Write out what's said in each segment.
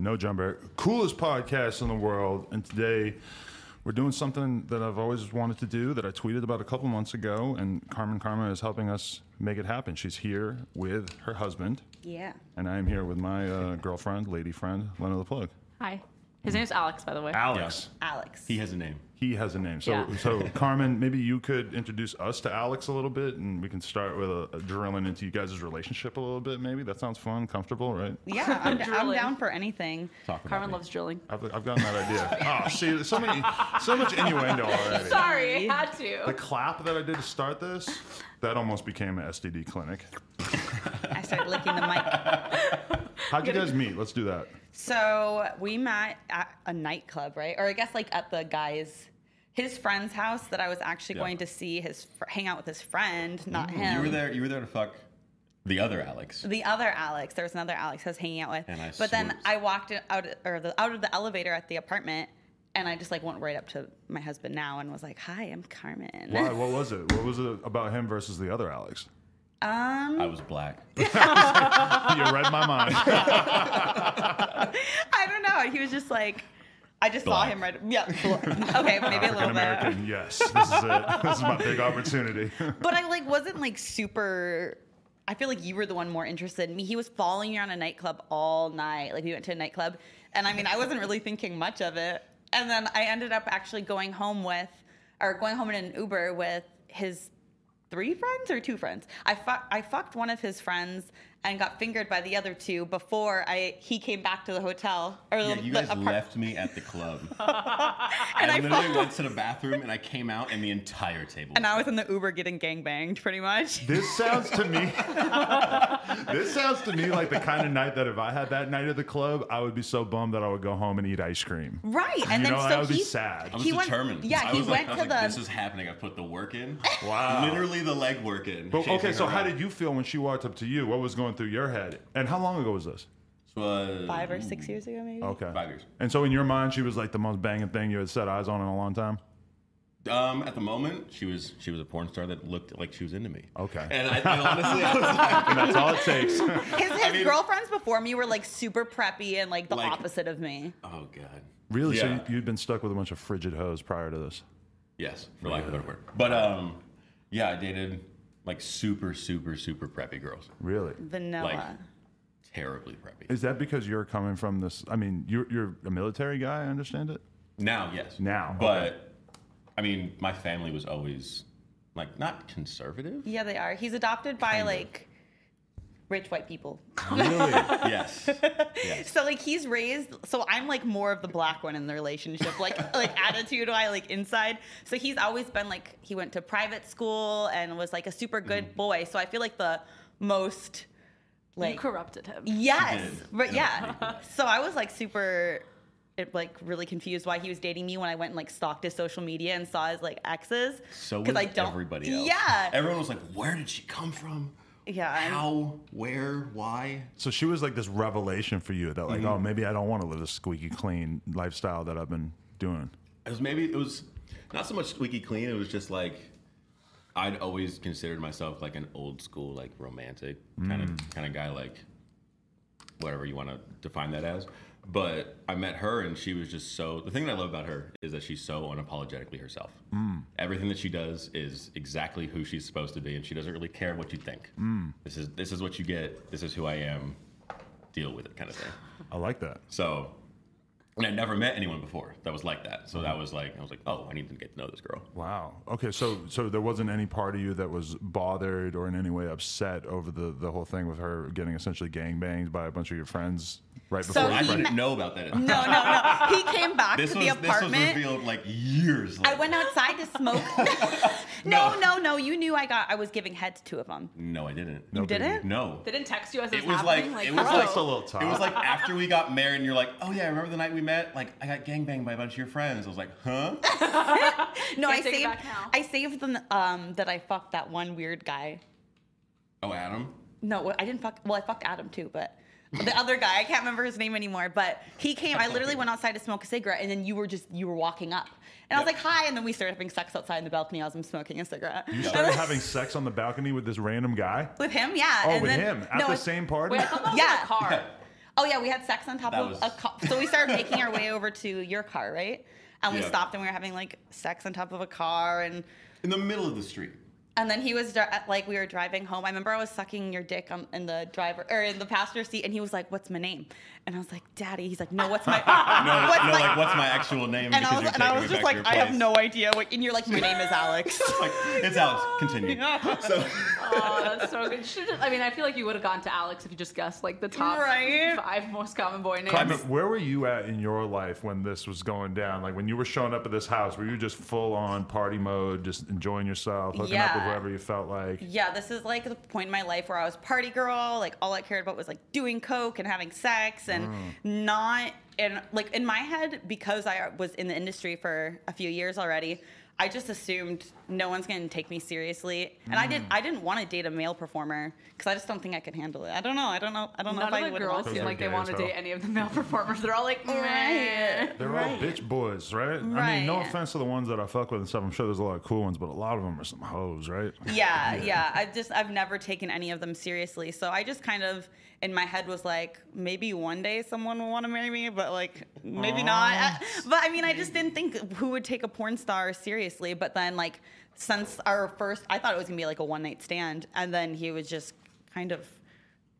No Jumper, coolest podcast in the world. And today we're doing something that I've always wanted to do that I tweeted about a couple months ago. And Carmen Karma is helping us make it happen. She's here with her husband. Yeah. And I am here with my uh, girlfriend, lady friend, Lena the Plug. Hi. His name's Alex, by the way. Alex. Alex. He has a name. He has a name. So, Yeah. so Carmen, maybe you could introduce us to Alex a little bit and we can start with a, a drilling into you guys' relationship a little bit, maybe. That sounds fun, comfortable, right? Yeah, I'm, I'm Drooling. down for anything. Carmen loves drilling. I've, I've gotten that idea. oh, see, there's so, many, so much innuendo already. Sorry, I had The to. clap that I did to start this, that almost became an STD clinic. I started licking the mic. How'd you guys meet? Let's do that. So we met at a nightclub, right? Or I guess like at the guy's, his friend's house that I was actually Yeah. going to see his, fr- hang out with his friend, not him. You were there. You were there to fuck the other Alex. The other Alex, there was another Alex I was hanging out with. And I but then swooped. I walked in- out or the, out of the elevator at the apartment, and I just like went right up to my husband now and was like, "Hi, I'm Carmen." Why? What was it? What was it about him versus the other Alex? Um, I was black. You read my mind. I don't know. He was just like, I just saw Black. him right. Yeah. bl- Okay, maybe a African little bit. American, yes. This is it. This is my big opportunity. But I like wasn't like super. I feel like you were the one more interested in me. He was following you around a nightclub all night. Like we went to a nightclub, and I mean, I wasn't really thinking much of it. And then I ended up actually going home with, or going home in an Uber with his three friends or two friends. I fu- I fucked one of his friends and got fingered by the other two before I he came back to the hotel or Yeah, the, you the guys apart- left me at the club. And I, I literally fucked- went to the bathroom and I came out and the entire table. And I was in the Uber getting gangbanged, pretty much. This sounds to me. this sounds to me like the kind of night that if I had that night at the club, I would be so bummed that I would go home and eat ice cream. Right, and you then know, so that would he- be sad. I was he went- determined. yeah, I he was like, went I was to like, the- This is happening. I put the work in. Wow. Literally the leg work in. But, okay, chasing so her how around. did you feel when she walked up to you? What was going through your head? And how long ago was this? This was Five or Mm. six years ago, maybe. Okay. Mm-hmm. Five years. And so in your mind, she was like the most banging thing you had set eyes on in a long time. Um, at the moment, she was she was a porn star that looked like she was into me. Okay. And I, I honestly, I was like, And that's all it takes. His, his girlfriends before me were like super preppy and like the Like- opposite of me. oh god. really? Yeah. So you'd been stuck with a bunch of frigid hoes prior to this. Yes, for lack of a better word. But um, yeah, I dated like super, super, super preppy girls. Really? Vanilla. Like terribly preppy. Is that because you're coming from this? I mean, you're, you're a military guy, I understand it? Now, yes. Now, but okay. I mean, my family was always like not conservative. yeah, they are. He's adopted by like rich white people. Really? yes. Yes. So like he's raised so I'm like more of the black one in the relationship. Like like attitude I like inside. So he's always been like he went to private school and was like a super good Mm. boy. So I feel like the most like You corrupted him. Yes, did. but And yeah. I'm pretty So I was like super, it, like really confused why he was dating me when I went and like stalked his social media and saw his like exes. So 'Cause was everybody else. Yeah, Everyone was like, "Where did she come from? Yeah, I'm- How? Where? Why?" So she was like this revelation for you that, Mm-hmm. like, oh, maybe I don't want to live this squeaky clean lifestyle that I've been doing. It was maybe it was not so much squeaky clean. It was just like I'd always considered myself like an old school, like Mm. romantic kind of kind of guy, like whatever you want to define that as. But I met her and she was just so. The thing that I love about her is that she's so unapologetically herself. Mm. Everything that she does is exactly who she's supposed to be, and she doesn't really care what you think. Mm. This is this is what you get. This is who I am. Deal with it, kind of thing. I like that. So, and I never met anyone before that was like that. So that was like I was like, oh, I need to get to know this girl. Wow. Okay. So, so there wasn't any part of you that was bothered or in any way upset over the, the whole thing with her getting essentially gangbanged by a bunch of your friends right So before. he you I didn't know about that. No, no, no. He came back This to was the this was apartment. revealed like years. I went outside to smoke. no, no, no, You knew I got. I was giving head to two of them. No, I didn't. You didn't? No. They didn't text you as It was like, it was oh. like oh, It was like after we got married, and you're like, oh yeah, I remember the night we met? Like I got gangbanged by a bunch of your friends. I was like, huh? No, I Can't take it saved. back now. I saved them. Um, that I fucked that one weird guy. Oh, Adam. No, I didn't fuck. Well, I fucked Adam too, but the other guy, I can't remember his name anymore. But he came. I literally went outside to smoke a cigarette, and then you were just you were walking up, and I was like, "Hi!" And then we started having sex outside in the balcony as I'm smoking a cigarette. You started having sex on the balcony with this random guy. with him, yeah. Oh, and with then, him at the it's- same party. yeah. Oh yeah, we had sex on top That of was- a car. So we started making our way over to your car, right? And we Yeah. stopped and we were having like sex on top of a car and In the middle of the street. and then he was dri- like we were driving home. I remember I was sucking your dick on, in the driver or in the passenger seat and he was like, "What's my name?" And I was like, "Daddy." He's like, "No, what's my No, what's no, my-" like what's my actual name? And I Because was you're and I taking was me just back to like, your "I have place. no idea." What, and you're like, "Your name is Alex." like it's Alex. Continue. So oh, that's so good. Should I mean, I feel like you would have gone to Alex if you just guessed like the top five most common boy names. Carmen, where were you at in your life when this was going down? Like when you were showing up at this house, were you just full on party mode, just enjoying yourself, hooking up with Yeah. whoever you felt like? Yeah, this is like the point in my life where I was party girl. Like all I cared about was like doing coke and having sex and Mm. not and like in my head because I was in the industry for a few years already. I just assumed no one's going to take me seriously, and I didn't. Mm. I didn't want to date a male performer because I just don't think I could handle it. I don't know. I don't know. I don't know None if I of the would. girls want Those seem are like they gay want as to hell. date any of the male performers. They're all like, meh. They're all bitch boys, right? I mean, no Right. offense to the ones that I fuck with and stuff. I'm sure there's a lot of cool ones, but a lot of them are some hoes, right? yeah, yeah. I've just I've never taken any of them seriously. So I just kind of in my head was like, maybe one day someone will want to marry me, but like maybe not. Aw. I- But I mean, I just didn't think who would take a porn star seriously. But then like since our first, I thought it was gonna be like a one night stand, and then he was just kind of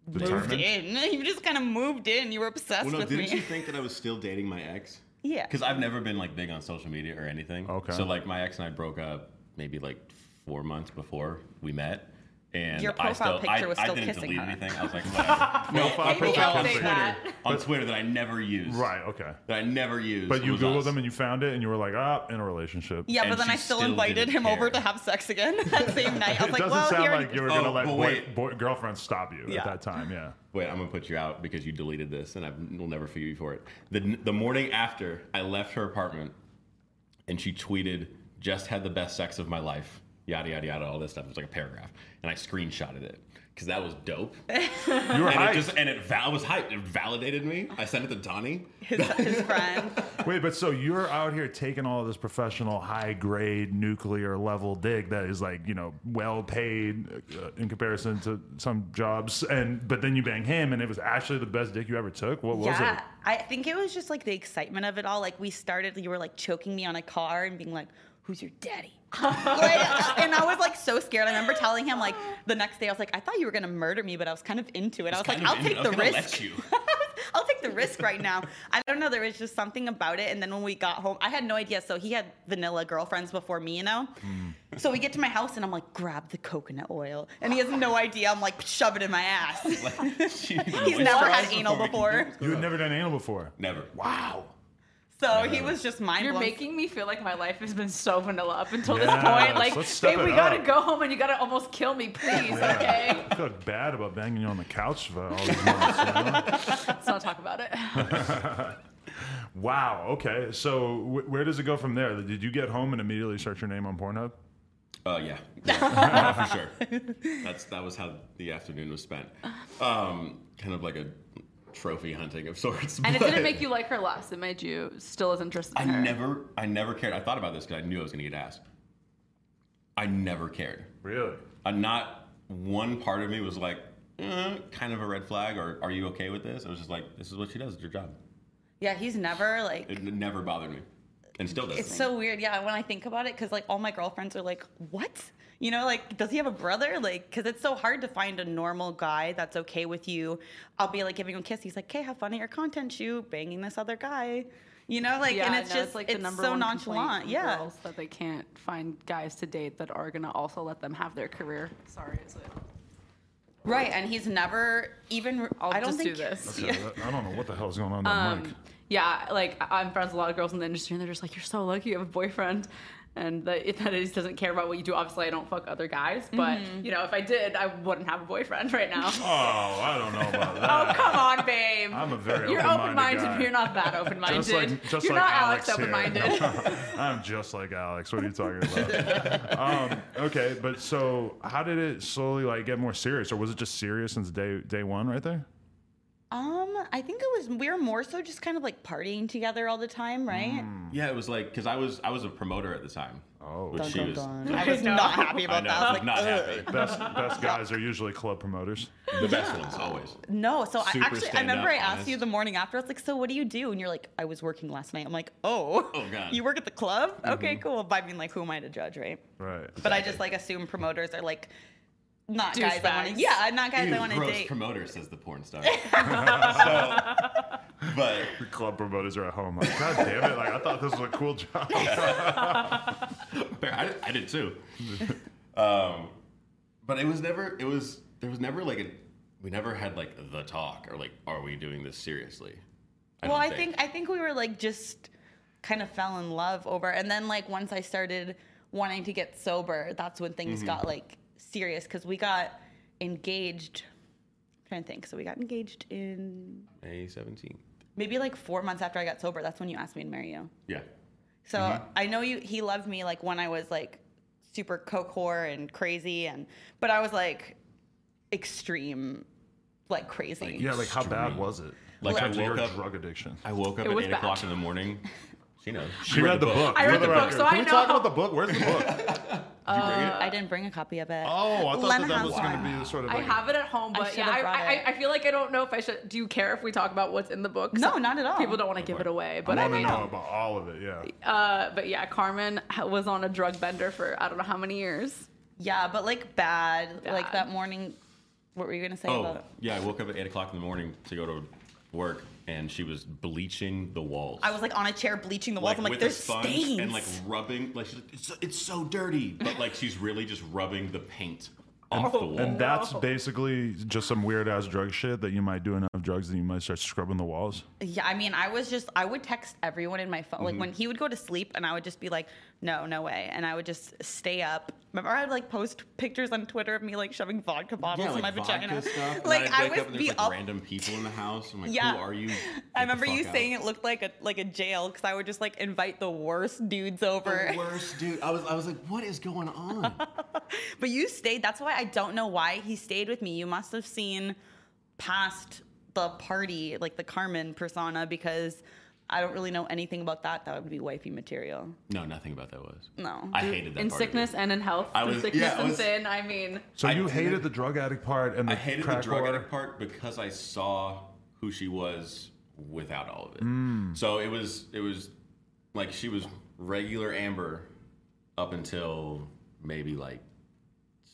moved Determined? in. You just kind of moved in. You were obsessed well, no, with didn't me. you think that I was still dating my ex? Yeah. Because I've never been like big on social media or anything. Okay. So like my ex and I broke up maybe like four months before we met. And Your I still, profile I, picture was I still didn't kissing delete her. anything. I was like, whatever. no, my Maybe profile on update Twitter, that. on Twitter that I never used. Right. Okay. That I never used. But you was googled us. them and you found it, and you were like, ah, in a relationship. yeah, but then I still, invited him over to have sex again that same night. I was It like, doesn't well, sound here like you were gonna Oh, let but boy, wait. boy- girlfriend stop you Yeah. at that time. Yeah. Wait, I'm gonna put you out because you deleted this, and I will never forgive you for it. The the morning after I left her apartment, and she tweeted, "Just had the best sex of my life." Yada yada yada, all this stuff. It was like a paragraph, and I screenshotted it because that was dope. you were and hyped. It just, and it val- I was hyped. It validated me. I sent it to Donnie. Wait, but so you're out here taking all this professional, high grade, nuclear level dig that is like you know well paid uh, in comparison to some jobs, and but then you bang him, and it was actually the best dick you ever took. What was yeah, it? I think it was just like the excitement of it all. Like we started, you were like choking me on a car and being like, "Who's your daddy?" like, and I was like so scared. I remember telling him like the next day, I was like, "I thought you were gonna murder me," but I was kind of into it. I was like, Kind of "I'll in- take I the was gonna risk. Let you. I'll take the risk right now." I don't know. There was just something about it. And then when we got home, I had no idea. So he had vanilla girlfriends before me, you know. Hmm. So we get to my house and I'm like, "Grab the coconut oil," and he has no idea. I'm like, "Shove it in my ass." He's never had anal before. You had never done anal before. Never. Wow. So he was just mind You're blown. making me feel like my life has been so vanilla up until Yes, this point. Like, let's step babe, we it gotta up. go home and you gotta almost kill me, please. Okay, I feel bad about banging you on the couch for all these months. you know? let's not talk about it. wow. Okay. So wh- where does it go from there? Did you get home and immediately search your name on Pornhub? Uh, yeah, yeah. for sure. That's that was how the afternoon was spent. Um, kind of like a trophy hunting of sorts. And it but didn't make you like her less. It made you still as interested I in her. never, I never cared. I thought about this because I knew I was going to get asked. I never cared. Really? Uh, not one part of me "Uh, was like, eh, kind of a red flag, or are you okay with this? I was just like, this is what she does. It's your job. Yeah, he's never like. It never bothered me, and still doesn't. It's so weird. Yeah, when I think about it, because like all my girlfriends are like, what? You know, like, does he have a brother? Like, because it's so hard to find a normal guy that's okay with you. I'll be like giving him a kiss. He's like, okay, have fun at your content shoot, banging this other guy. You know, like, and it's no, just, like it's the number so one complaint nonchalant. from Yeah. girls that they can't find guys to date that are gonna also let them have their career. Sorry, it's like, Right. And he's never even, I'll I do not just do think. this. Okay, I don't know what the hell's going on. Um, Um, Mike. yeah, like I- I'm friends with a lot of girls in the industry, and they're just like, "You're so lucky you have a boyfriend," and that that is doesn't care about what you do. Obviously, I don't fuck other guys, but Mhm. you know, if I did, I wouldn't have a boyfriend right now. Oh, I don't know about Oh, that. come on, babe. I'm a very You're open-minded guy. but You're not that open minded. Just like, just you're like not Alex, Alex open minded. here. I'm just like Alex. What are you talking about? um, okay, but so how did it slowly like get more serious, or was it just serious since day day one, right there? Um, I think it was, we were more so just kind of like partying together all the time, right? Yeah, it was like because I was I was a promoter at the time. Oh, which Dun, she dun, was. dun. I was not happy about know, that. I was like, not happy. "Ugh." Best best guys are usually club promoters. The best ones always. No, so I Super actually, I stand remember up, I asked honest. you the morning after. I was like, "So what do you do?" And you're like, "I was working last night." I'm like, "Oh, Oh, God. Mm-hmm. you work at the club? Okay, cool." But I mean, like, who am I to judge, right? Right. But I just like assume promoters are like not guys I want Douchebags. to. Yeah, not guys Ew, I want to gross date. promoter says the porn star. so, but Club promoters are at home. Like, God damn it! Like I thought this was a cool job. Fair. I, I did too. um, but it was never. It was there was never like a. We never had like the talk or like, are we doing this seriously? well, don't I think I think we were like just kind of fell in love over, and then like once I started wanting to get sober, that's when things Mhm. got like serious because we got engaged. I'm trying to think. So we got engaged in May seventeenth. maybe like four months after I got sober. That's when you asked me to marry you. Yeah. So Uh-huh. Mhm. I know you. He loved me like when I was like super coke whore and crazy, and but I was like extreme, like crazy. yeah, like how bad was it? Like, Like I after your woke up- drug addiction. I woke up It at was eight bad. o'clock in the morning. She knows. She read the book. I for read the book, record. so Can I we know talk how- about the book? Where's the book? I didn't bring a copy of it. Oh, I thought Lena that, that has was going one. to be the sort of I like have it at home, I but should yeah, have I, brought I, it. I feel like I don't know if I should. Do you care if we talk about what's in the book? No, not at all. People don't want to give it away, but I I want to mean, know about all of it. Yeah. uh, but yeah, Carmen ha- was on a drug bender for I don't know how many years. Yeah, but like bad, like Bad. that morning. What were you gonna say about Oh it? yeah, I woke up at eight o'clock in the morning to go to work, and she was bleaching the walls. I was like on a chair bleaching the walls. I'm like, with a there's sponge stains. and like rubbing. Like she's like, it's, it's so dirty, but like she's really just rubbing the paint Oh, off the wall. And that's Oh. basically just some weird ass drug shit that you might do enough drugs that you might start scrubbing the walls. yeah, I mean, I was just I would text everyone in my phone. Mm-hmm. Like when he would go to sleep, and I would just be like, no, no way, and I would just stay up. Remember, I'd like post pictures on Twitter of me like shoving vodka bottles yeah, in my like vagina. vodka stuff. and Like I'd I wake would up and there's be like up. random people in the house. I'm like, Yeah. who are you? Get I the remember you fuck out. saying it looked like a like a jail because I would just like invite the worst dudes over. The worst dude. I was I was like, what is going on? But you stayed. That's why I don't know why he stayed with me. You must have seen past the party, like the Carmen persona, because I don't really know anything about that. That would be wifey material. no, nothing about that was. No. I hated that. in part of sickness it. and in health, I through was- sickness yeah, I and was- sin. I mean, So I you did. hated the drug addict part and the I hated the crack drug whore? addict part because I saw who she was without all of it. So it was it was like she was regular Amber up until maybe like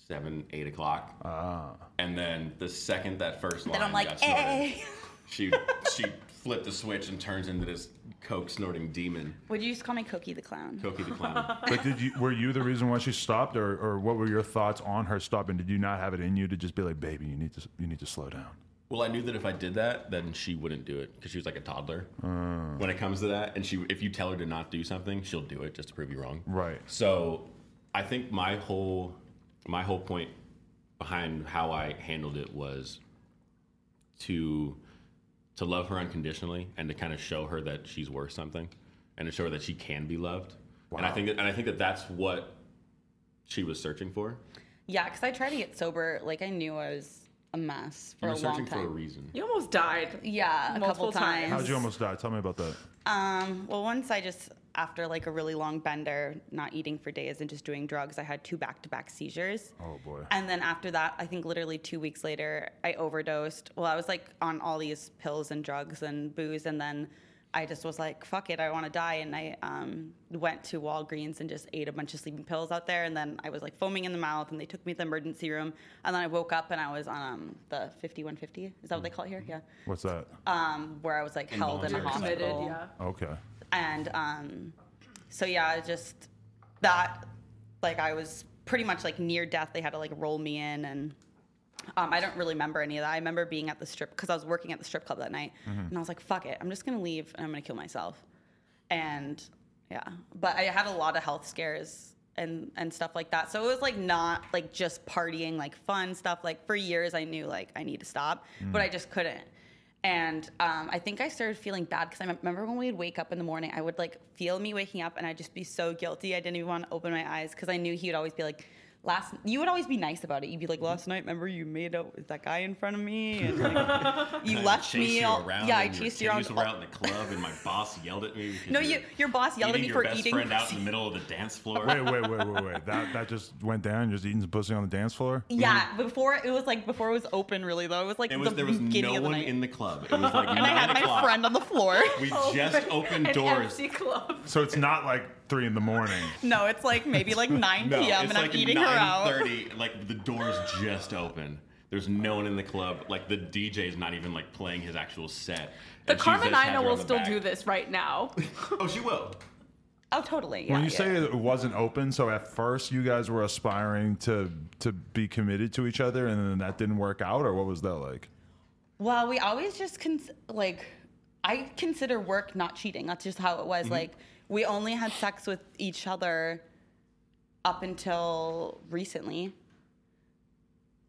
seven eight o'clock, Ah. and then the second that first line Then I'm like, "Eh." got snorted, hey. she she flipped the switch and turns into this coke snorting demon, Would you just call me Cookie the Clown? Cookie the clown. Like, did you were you the reason why she stopped, or, or what were your thoughts on her stopping? Did you not have it in you to just be like, baby, you need to you need to slow down? Well, I knew that if I did that, then she wouldn't do it because she was like a toddler when it comes to that. And she, if you tell her to not do something, she'll do it just to prove you wrong. Right. So, I think my whole my whole point behind how I handled it was to to love her unconditionally and to kind of show her that she's worth something and to show her that she can be loved. And I think that, and I think that that's what she was searching for. Yeah, because I tried to get sober. Like I knew I was a mess You for were a long searching for a time. reason. you almost died. yeah, a Multiple couple times. times. How'd you almost die? Tell me about that. Um, well, once I just, after like a really long bender, not eating for days and just doing drugs, I had two back to back seizures. Oh, boy. And then after that, I think literally two weeks later, I overdosed. Well, I was like on all these pills and drugs and booze. And then I just was like, fuck it, I want to die. And I um, went to Walgreens and just ate a bunch of sleeping pills out there. And then I was like foaming in the mouth, and they took me to the emergency room. And then I woke up and I was on um, the 5150. Is that what they call it here? Yeah. What's that? Um, where I was like held in a Involuntary hospital. Committed, yeah. Okay. And um, so yeah, I just that like I was pretty much like near death. They had to like roll me in, and um, I don't really remember any of that. I remember being at the strip because I was working at the strip club that night, Mhm. and I was like, "Fuck it, I'm just gonna leave and I'm gonna kill myself." And yeah, but I had a lot of health scares and and stuff like that. So it was like not like just partying, like fun stuff. Like for years, I knew like I need to stop, but Mm. I just couldn't. And um, I think I started feeling bad because I mem- remember when we'd wake up in the morning, I would like feel me waking up and I'd just be so guilty. I didn't even want to open my eyes because I knew he would always be like, last, you would always be nice about it. You'd be like, last night, remember you made out with that guy in front of me? And like, you I left chased me you all, around yeah, I and your chased you around. titties were out in the club, and my boss yelled at me. because no, were you, your boss yelled at me eating your for best eating. friend out in the middle of the dance floor. Wait, wait, wait, wait, wait. That that just went down. You're just eating some pussy on the dance floor. Yeah, before it was like before it was open, really though. It was like It was the there was beginning no of the one night. in the club. It was like and I had nine my o'clock. friend on the floor. We just opened doors. So it's not like three in the morning. No, it's like maybe like 9 No, p.m. it's and like I'm eating her out. 9:30, Like the doors just open. There's no one in the club. Like the DJ's not even like playing his actual set. The And she just had her Carmenina on will the still back. do this right now. oh, she will. Oh, totally. when you say it wasn't open, so at first you guys were aspiring to to be committed to each other, and then that didn't work out, or what was that like? Well, we always just cons- like I consider work not cheating. That's just how it was. Mhm. Mm-hmm. Like we only had sex with each other up until recently.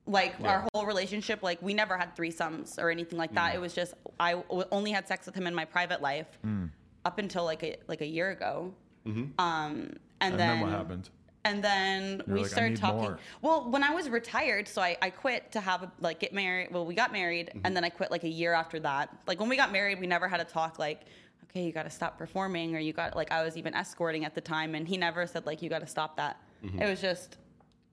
Like Yeah. our whole relationship, like we never had threesomes or anything like that. Mhm. Mm. It was just I w- only had sex with him in my private life Mm. up until like a, like a year ago. Um, and, Mm-hmm. And then what happened? And then You're we like, "I started need talking. more. Well, when I was retired, so I, I quit to have a, like get married. Well, we got married, Mm-hmm. and then I quit like a year after that. Like when we got married, we never had a talk like, okay, you got to stop performing, or you got like I was even escorting at the time, and he never said like you got to stop that. Mhm. It was just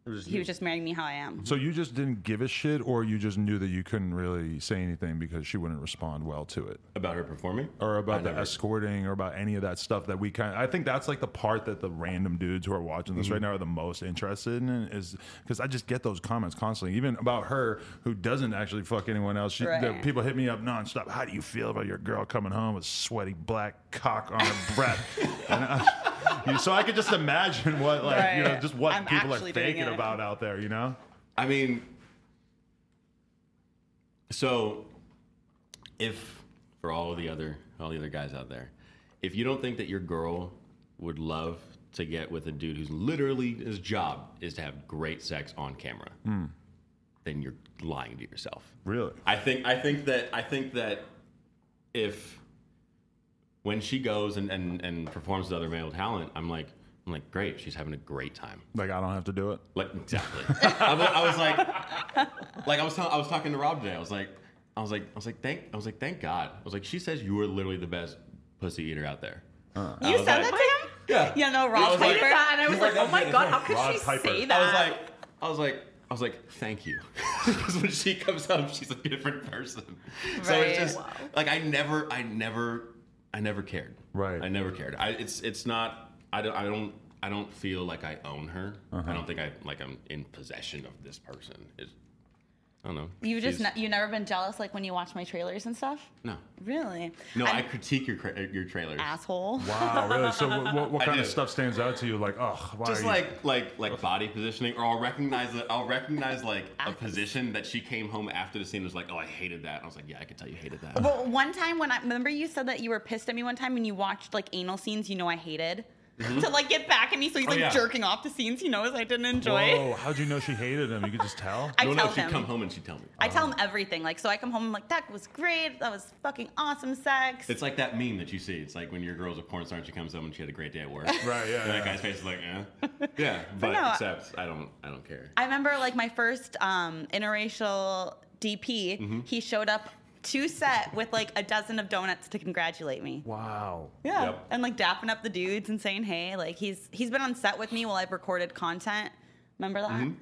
It was he was just marrying me how I am. So you just didn't give a shit, or you just knew that you couldn't really say anything because she wouldn't respond well to it about her performing, or about I the never- escorting, or about any of that stuff that we kind. Of, I think that's like the part that the random dudes who are watching this Mhm. right now are the most interested in is because I just get those comments constantly, even about her who doesn't actually fuck anyone else. She, the Right. people hit me up nonstop. How do you feel about your girl coming home with sweaty black cock on her breath? And I- so I could just imagine what like you know Right. just what I'm people are actually doing thinking it. about out there. You know. I mean, so if for all the other all the other guys out there, if you don't think that your girl would love to get with a dude who's literally his job is to have great sex on camera, Hmm. then you're lying to yourself. Really? I think I think that I think that if when she goes and, and, and performs with other male talent, I'm like I'm like great, she's having a great time. Like I don't have to do it. Like exactly. I, was, I was like, like I was tell, I was talking to Rob today. I was like, I was like, I was like, thank, I was like, thank God. I was like, she says you are literally the best pussy eater out there. I You was said that like- to him? Yeah. You know, I Rob was Piper. like- and I was like, oh my god, how could she say that? I was like, I was like, I was like, thank you. Because when she comes up, she's a different person. So Right. it's just like I never, I never, I never cared. Right. I never cared. I, it's it's not. I don't. I don't. I don't feel like I own her. Uh-huh. I don't think I like I'm in possession of this person. It, I don't know. you just She's- ne- you never been jealous like when you watch my trailers and stuff? no. Really? No, I critique your cra- your trailers. Asshole. Wow, really? So, what, what, what I kind of do. stuff stands out to you? Like, oh, why just are you- like like like body positioning, or I'll recognize that I'll recognize like a position that she came home after the scene and was like, oh, I hated that. I was like, yeah, I could tell you hated that. Well, one time when I remember you said that you were pissed at me one time when you watched like anal scenes you know I hated Mhm. to like get back at me so he's Oh, like yeah. jerking off to scenes he knows I didn't enjoy. Whoa, how'd you know she hated him? You could just tell. I No, no, tell she'd him. come home and she'd tell me. I tell him everything. Like so I come home I'm like that was great. That was fucking awesome sex. It's like that meme that you see. It's like when your girl's a porn star and she comes home and she had a great day at work. Right, yeah, And that yeah. guy's face is like, eh. Yeah, but, no, I- except I don't I don't care. I remember like my first um, interracial DP, Mm-hmm. Mhm. he showed up to set with like a dozen of donuts to congratulate me. Wow. Yeah. And like dapping up the dudes and saying, "Hey, like he's he's been on set with me while I've recorded content." Remember that? Mhm.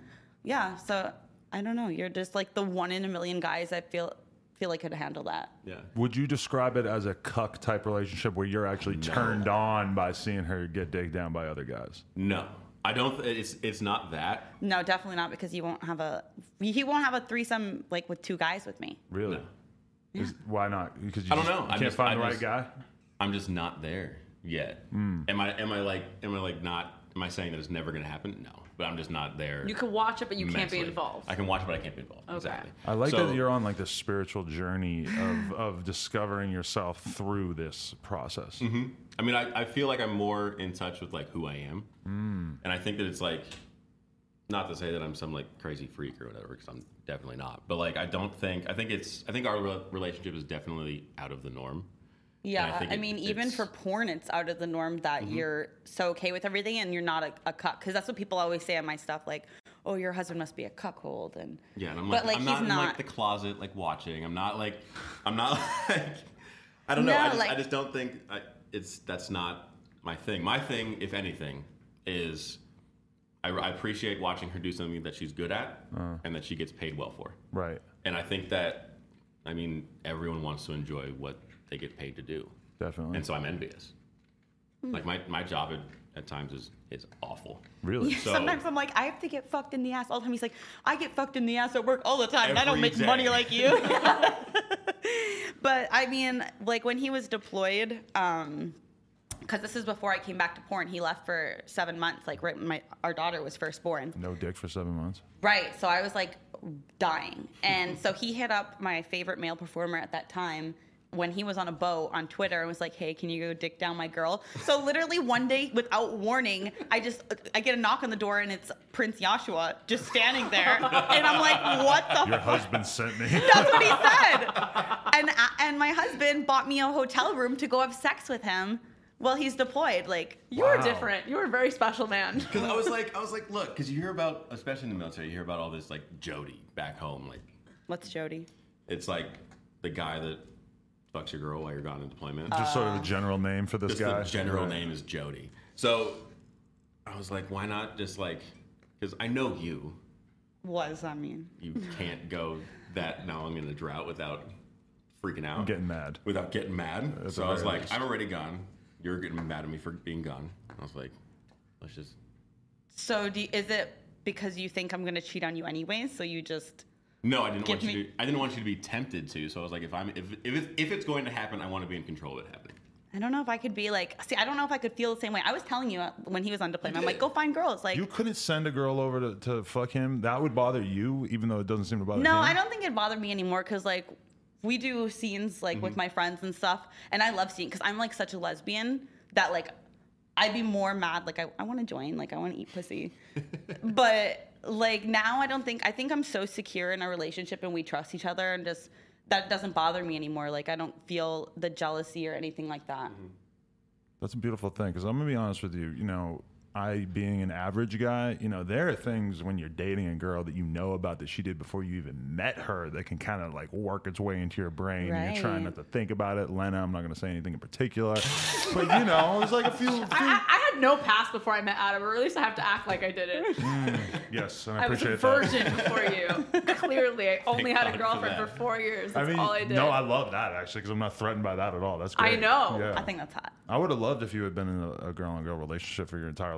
Yeah. So I don't know. You're just like the one in a million guys I feel feel like could handle that. Yeah. Would you describe it as a cuck type relationship where you're actually turned on by seeing her get digged down by other guys? No, I don't. th- It's it's not that. No, definitely not because you won't have a he won't have a threesome like with two guys with me. Really? Is- why not? Because you I don't just- know. You I'm can't just- find I the right just- guy. I'm just not there yet. Hmm. Am I? Am I like? Am I like not? Am I saying that it's never gonna happen? No, but I'm just not there. You can watch it, but you can't be mentally. involved. I can watch, it, but I can't be involved. Okay. Exactly. I like So- that you're on like this spiritual journey of, of discovering yourself through this process. Mhm. I mean, I, I feel like I'm more in touch with like who I am, and I think that it's like, not to say that I'm some like crazy freak or whatever, because I'm definitely not. But like, I don't think I think it's I think our re- relationship is definitely out of the norm. And Yeah, I, think it- mean, even it's- for porn, it's out of the norm that Mhm. you're so okay with everything and you're not a, a cuck. Because that's what people always say on my stuff, like, "Oh, your husband must be a cuckold," and yeah, and I'm like, but, like, I'm not, he's in like not. the closet like watching. I'm not like I'm not like I don't know. No, I, just, I like- just don't think I, it's that's not my thing. My thing, if anything, is I, I appreciate watching her do something that she's good at Uh. and that she gets paid well for. Right. And I think that, I mean, everyone wants to enjoy what they get paid to do. Definitely. And so I'm envious. Hmm. Like my, my job at, at times is is awful. Really? Yeah, sometimes I'm like, I have to get fucked in the ass all the time. He's like, I get fucked in the ass at work all the time, and I don't Every make day. money like you. but I mean, like when he was deployed, um, because this is before I came back to porn. He left for seven months, like right when my our daughter was first born. No dick for seven months. Right. So I was like dying. And so he hit up my favorite male performer at that time when he was on a boat on Twitter and was like, "Hey, can you go dick down my girl?" So literally one day without warning, I just I get a knock on the door and it's Prince Joshua just standing there. And I'm like, "What the Your husband sent me. that's what he said. And I- and my husband bought me a hotel room to go have sex with him while he's deployed. Like You were different. You were a very special man. Because I was like, I was like, look, because you hear about, especially in the military, you hear about all this like Jody back home, like What's Jody? it's like the guy that fucks your girl while you're gone in deployment. Just sort of a general name for this Just Oh. guy. The general Right. name is Jody. So I was like, why not just like, because I know you. What does that mean? You can't go that now I'm in a drought without freaking out. Getting mad. Without getting mad. At the so I was very like, least. I'm already gone. You're getting mad at me for being gone. I was like, let's just. So do, is it because you think I'm gonna cheat on you anyways? So you just No, I didn't Give want you. me- To, I didn't want you to be tempted to. So I was like, if I'm, if if it's, if it's going to happen, I want to be in control of it happening. I don't know if I could be like see I don't know if I could feel the same way. I was telling you uh, when he was on deployment, I'm like go find girls. Like You couldn't send a girl over to, to fuck him. That would bother you, even though it doesn't seem to bother no, him. I don't think it bothered me anymore because like we do scenes like with Mhm. my friends and stuff, and I love seeing because I'm like such a lesbian that like I'd be more mad like I, I want to join like I want to eat pussy, but like now I don't think I think I'm so secure in our relationship and we trust each other and just that doesn't bother me anymore. Like I don't feel the jealousy or anything like that. Mm-hmm. That's a beautiful thing because I'm gonna be honest with you. You know, I being an average guy, you know, there are things when you're dating a girl that you know about that she did before you even met her that can kind of like work its way into your brain. and You're trying Right. not to think about it. Lena, I'm not gonna say anything in particular, but you know, there's like a few. I, I, I had no past before I met Adam, or at least I have to act like I did it. Mm, yes, and I, I was a appreciate virgin that. before you. Clearly, I only had a God for girlfriend for, that. four years. I That's mean, all I did. no, I love that actually because I'm not threatened by that at all. That's great. I know. Yeah. I think that's hot. I would have loved if you had been in a, a girl on girl relationship for your entire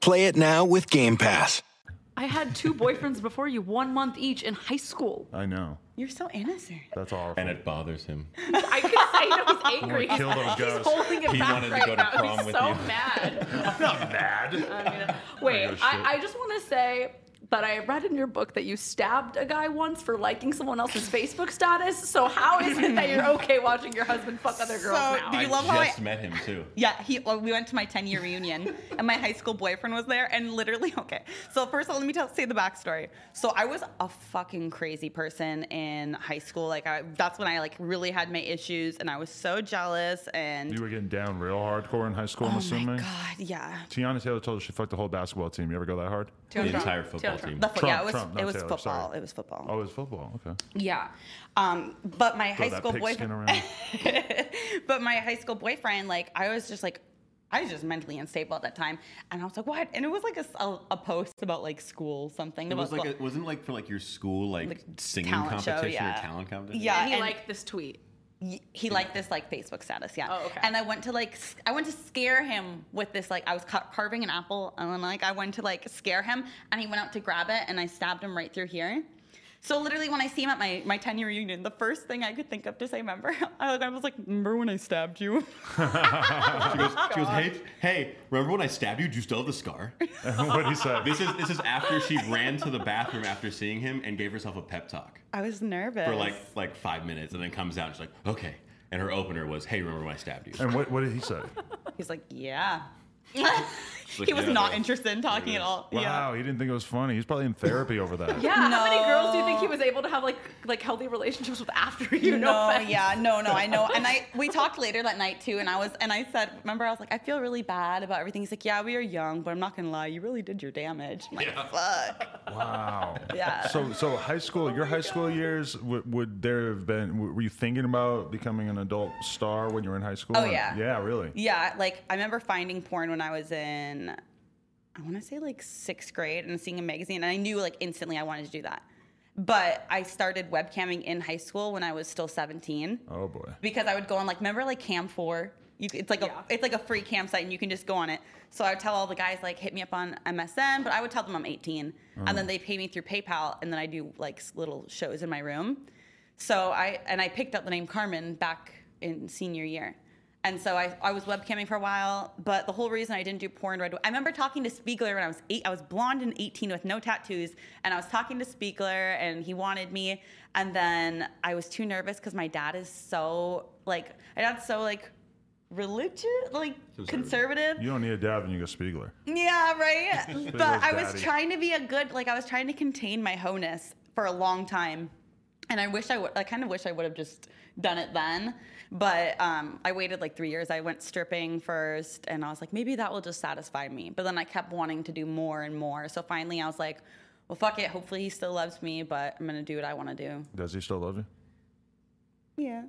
Play it now with Game Pass. I had two boyfriends before you, one month each in high school. I know. You're so innocent. That's all. And it bothers him. I could say that he's angry. wanna kill He's- those he's guys. holding it He back wanted to right go to now. prom he's with so you. mad. I'm not mad. Wait, Oh, shit. I, I just want to say But I read in your book that you stabbed a guy once for liking someone else's Facebook status. So how is it that you're okay watching your husband fuck other girls So, now? do you I love how I- just met him too. Yeah, he. Well, we went to my 10 year reunion, and my high school boyfriend was there. And literally, okay. So first, of all, let me tell say the backstory. So I was a fucking crazy person in high school. Like I, that's when I like really had my issues, and I was so jealous. And You were getting down real hardcore in high school, I'm assuming. Oh God, yeah, Tiana Taylor told us she fucked the whole basketball team. You ever go that hard? Taylor The Trump. entire football Taylor team. Trump. The fo- yeah, it was- not it was Taylor, football. sorry. It was football. Oh, it was football. Okay. yeah. Um, but my Throw high that school pig skin boyfriend. around. but my high school boyfriend, like, I was just like, I was just mentally unstable at that time, and I was like, "What?" And it was like a, s- a- a post about like school, something. It about was like school. a, wasn't it like for like your school like, singing talent show, competition yeah. or talent competition. Yeah, he and- liked this tweet. Y- he liked this like Facebook status, yeah. Oh, okay. And I went to like s- I went to scare him with this like I was ca- carving an apple and then like I went to like scare him and he went out to grab it and I stabbed him right through here. So literally when I see him at my my 10 year reunion, the first thing I could think of to say, remember, I, I was like, remember when I stabbed you? She goes, she goes, hey, hey, remember when I stabbed you? Do you still have the scar? what he said. This is this is after she ran to the bathroom after seeing him and gave herself a pep talk I was nervous. for like like five minutes, and then comes out and she's like, okay. And her opener was, hey, remember when I stabbed you? And what, what did he say? he's like, yeah. like, he was "Yeah, not yeah, interested in talking at all. Wow, Yeah. he didn't think it was funny. He's probably in therapy over that. Yeah, how many girls do you think he was able to have like like healthy relationships with after you? No, no, offense. yeah, no, no, I know. And I we talked later that night too, and I was and I said, remember, I was like, I feel really bad about everything. He's like, yeah, we are young, but I'm not gonna lie, you really did your damage. I'm like, fuck. Wow. Yeah. So, so high school, your high school years, would, would there have been? w- Were you thinking about becoming an adult star when you were in high school? Oh, yeah. Yeah, really. Yeah, like I remember finding porn when I was in, I want to say like sixth grade, and seeing a magazine, and I knew like instantly I wanted to do that. But I started webcamming in high school when I was still 17. Oh boy. because I would go on like remember like Cam Four. You, c- it's like Yeah. a it's like a free campsite and you can just go on it. So I would tell all the guys like hit me up on MSN, but I would tell them I'm 18, and then they pay me through PayPal, and then I do like s- little shows in my room. So I and I picked up the name Carmen back in senior year, and so I I was webcamming for a while, but the whole reason I didn't do porn right away, I remember talking to Spiegler when I was eight. I was blonde and 18 with no tattoos, and I was talking to Spiegler, and he wanted me, and then I was too nervous because my dad is so like my dad's so like religious, like conservative. You don't need a dad when you go Spiegler. Yeah, right. but I was daddy. trying to be a good, like I was trying to contain my hoeness for a long time, and I wish I would. I kind of wish I would have just done it then. But um, I waited like three years. I went stripping first, and I was like, maybe that will just satisfy me. But then I kept wanting to do more and more. So finally, I was like, well, fuck it. Hopefully, he still loves me, but I'm gonna do what I want to do. Does he still love you? Yeah.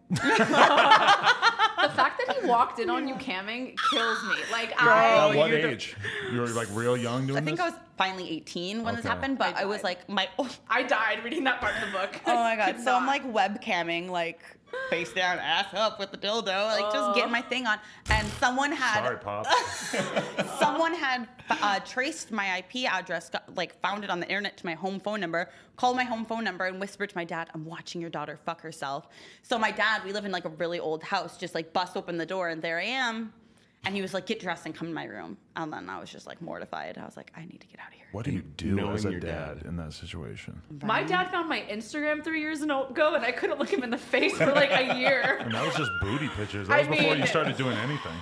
The fact that he walked in on you camming kills me. Like I At what age? You were like real young doing Oh, I think this. I was finally 18 when this Okay. happened, but I I, was died. like, my. I died reading that part of the book. Oh my god! Could So I'm not. like webcamming, like face down, ass up with the dildo, like just getting my thing on. And someone had Sorry, pop. someone had uh, traced my IP address, got, like found it on the internet to my home phone number, called my home phone number, and whispered to my dad, "I'm watching your daughter fuck herself." So my dad, we live in like a really old house, just like bust open the door, and there I am. And he was like, "Get dressed and come to my room." And then I was just like mortified. I was like, "I need to get out of here." What do you do Knowing as a your dad. dad, in that situation? My dad found my Instagram three years ago, and I couldn't look him in the face for like a year. And that was just booty pictures. I That was before mean- you started doing anything.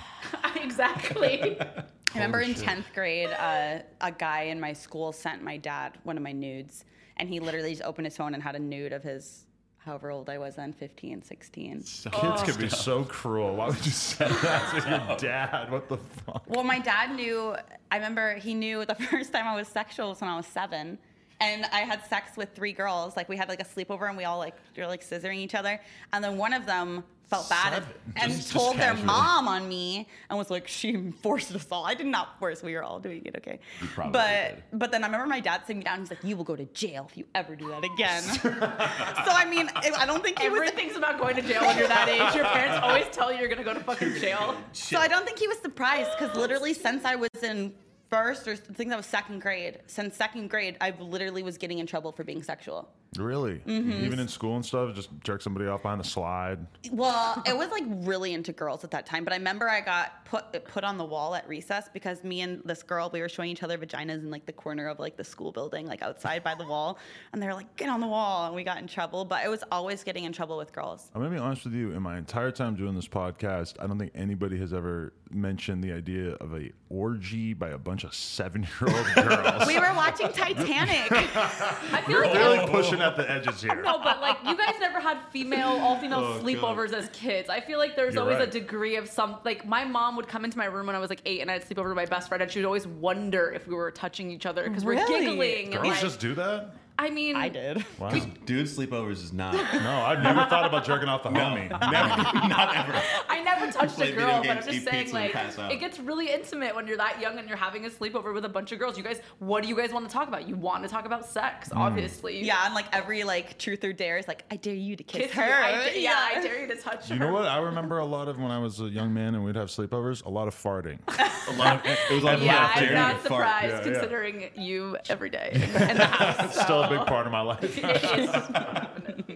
exactly. I remember in 10th grade, uh, a guy in my school sent my dad one of my nudes, and he literally just opened his phone and had a nude of his, however old I was then, 15, 16. Kids can be so cruel. Why would you send that to your dad? What the fuck? Well, my dad knew, I remember he knew the first time I was sexual was when I was seven. And I had sex with three girls. Like we had like a sleepover and we all like we were like scissoring each other. And then one of them felt bad Seven. and Just- just told their casually. mom on me and was like, she forced us all. I did not force. We were all doing it, okay. probably but did. but then I remember my dad sitting me down. He's like, you will go to jail if you ever do that again. so I mean, I I don't think he was Everything's about going to jail when you're that age. Your parents always tell you you're gonna go to fucking jail. So I don't think he was surprised because literally since I was in first or I think that was second grade. Since second grade, I literally was getting in trouble for being sexual. Really? Mhm. Even in school and stuff, just jerk somebody off behind the slide. Well, it was like really into girls at that time, but I remember I got put put on the wall at recess because me and this girl we were showing each other vaginas in like the corner of like the school building, like outside by the wall, and they were like, "Get on the wall," and we got in trouble. But I was always getting in trouble with girls. I'm gonna be honest with you. In my entire time doing this podcast, I don't think anybody has ever mentioned the idea of a orgy by a bunch of seven year old girls. We were watching Titanic. I You're really pushing at the edges here. No, but like you guys never had female, all female Oh, sleepovers as kids. I feel like there's You're always right. a degree of some. Like my mom would come into my room when I was like eight, and I'd sleep over to my best friend, and she would always wonder if we were touching each other because we're Really? giggling. And, Girls like, just do that? I mean, I did. Wow. Dude, sleepovers is not. No, I've never thought about jerking off the homie. I never touched Play a video girl, but I'm games, just eat saying, pizza, and like, pass out. it gets really intimate when you're that young and you're having a sleepover with a bunch of girls. You guys, what do you guys want to talk about? You want to talk about sex, Hmm. Mm. obviously. Yeah, and like every like truth or dare is like, I dare you to kiss, Kiss her. her. I da- yeah, I dare you to touch her. You know what? I remember a lot of when I was a young man and we'd have sleepovers. A lot of farting. a lot of it was like yeah, I'm not surprised considering you every day in the house. So. Still a big part of my life. It is.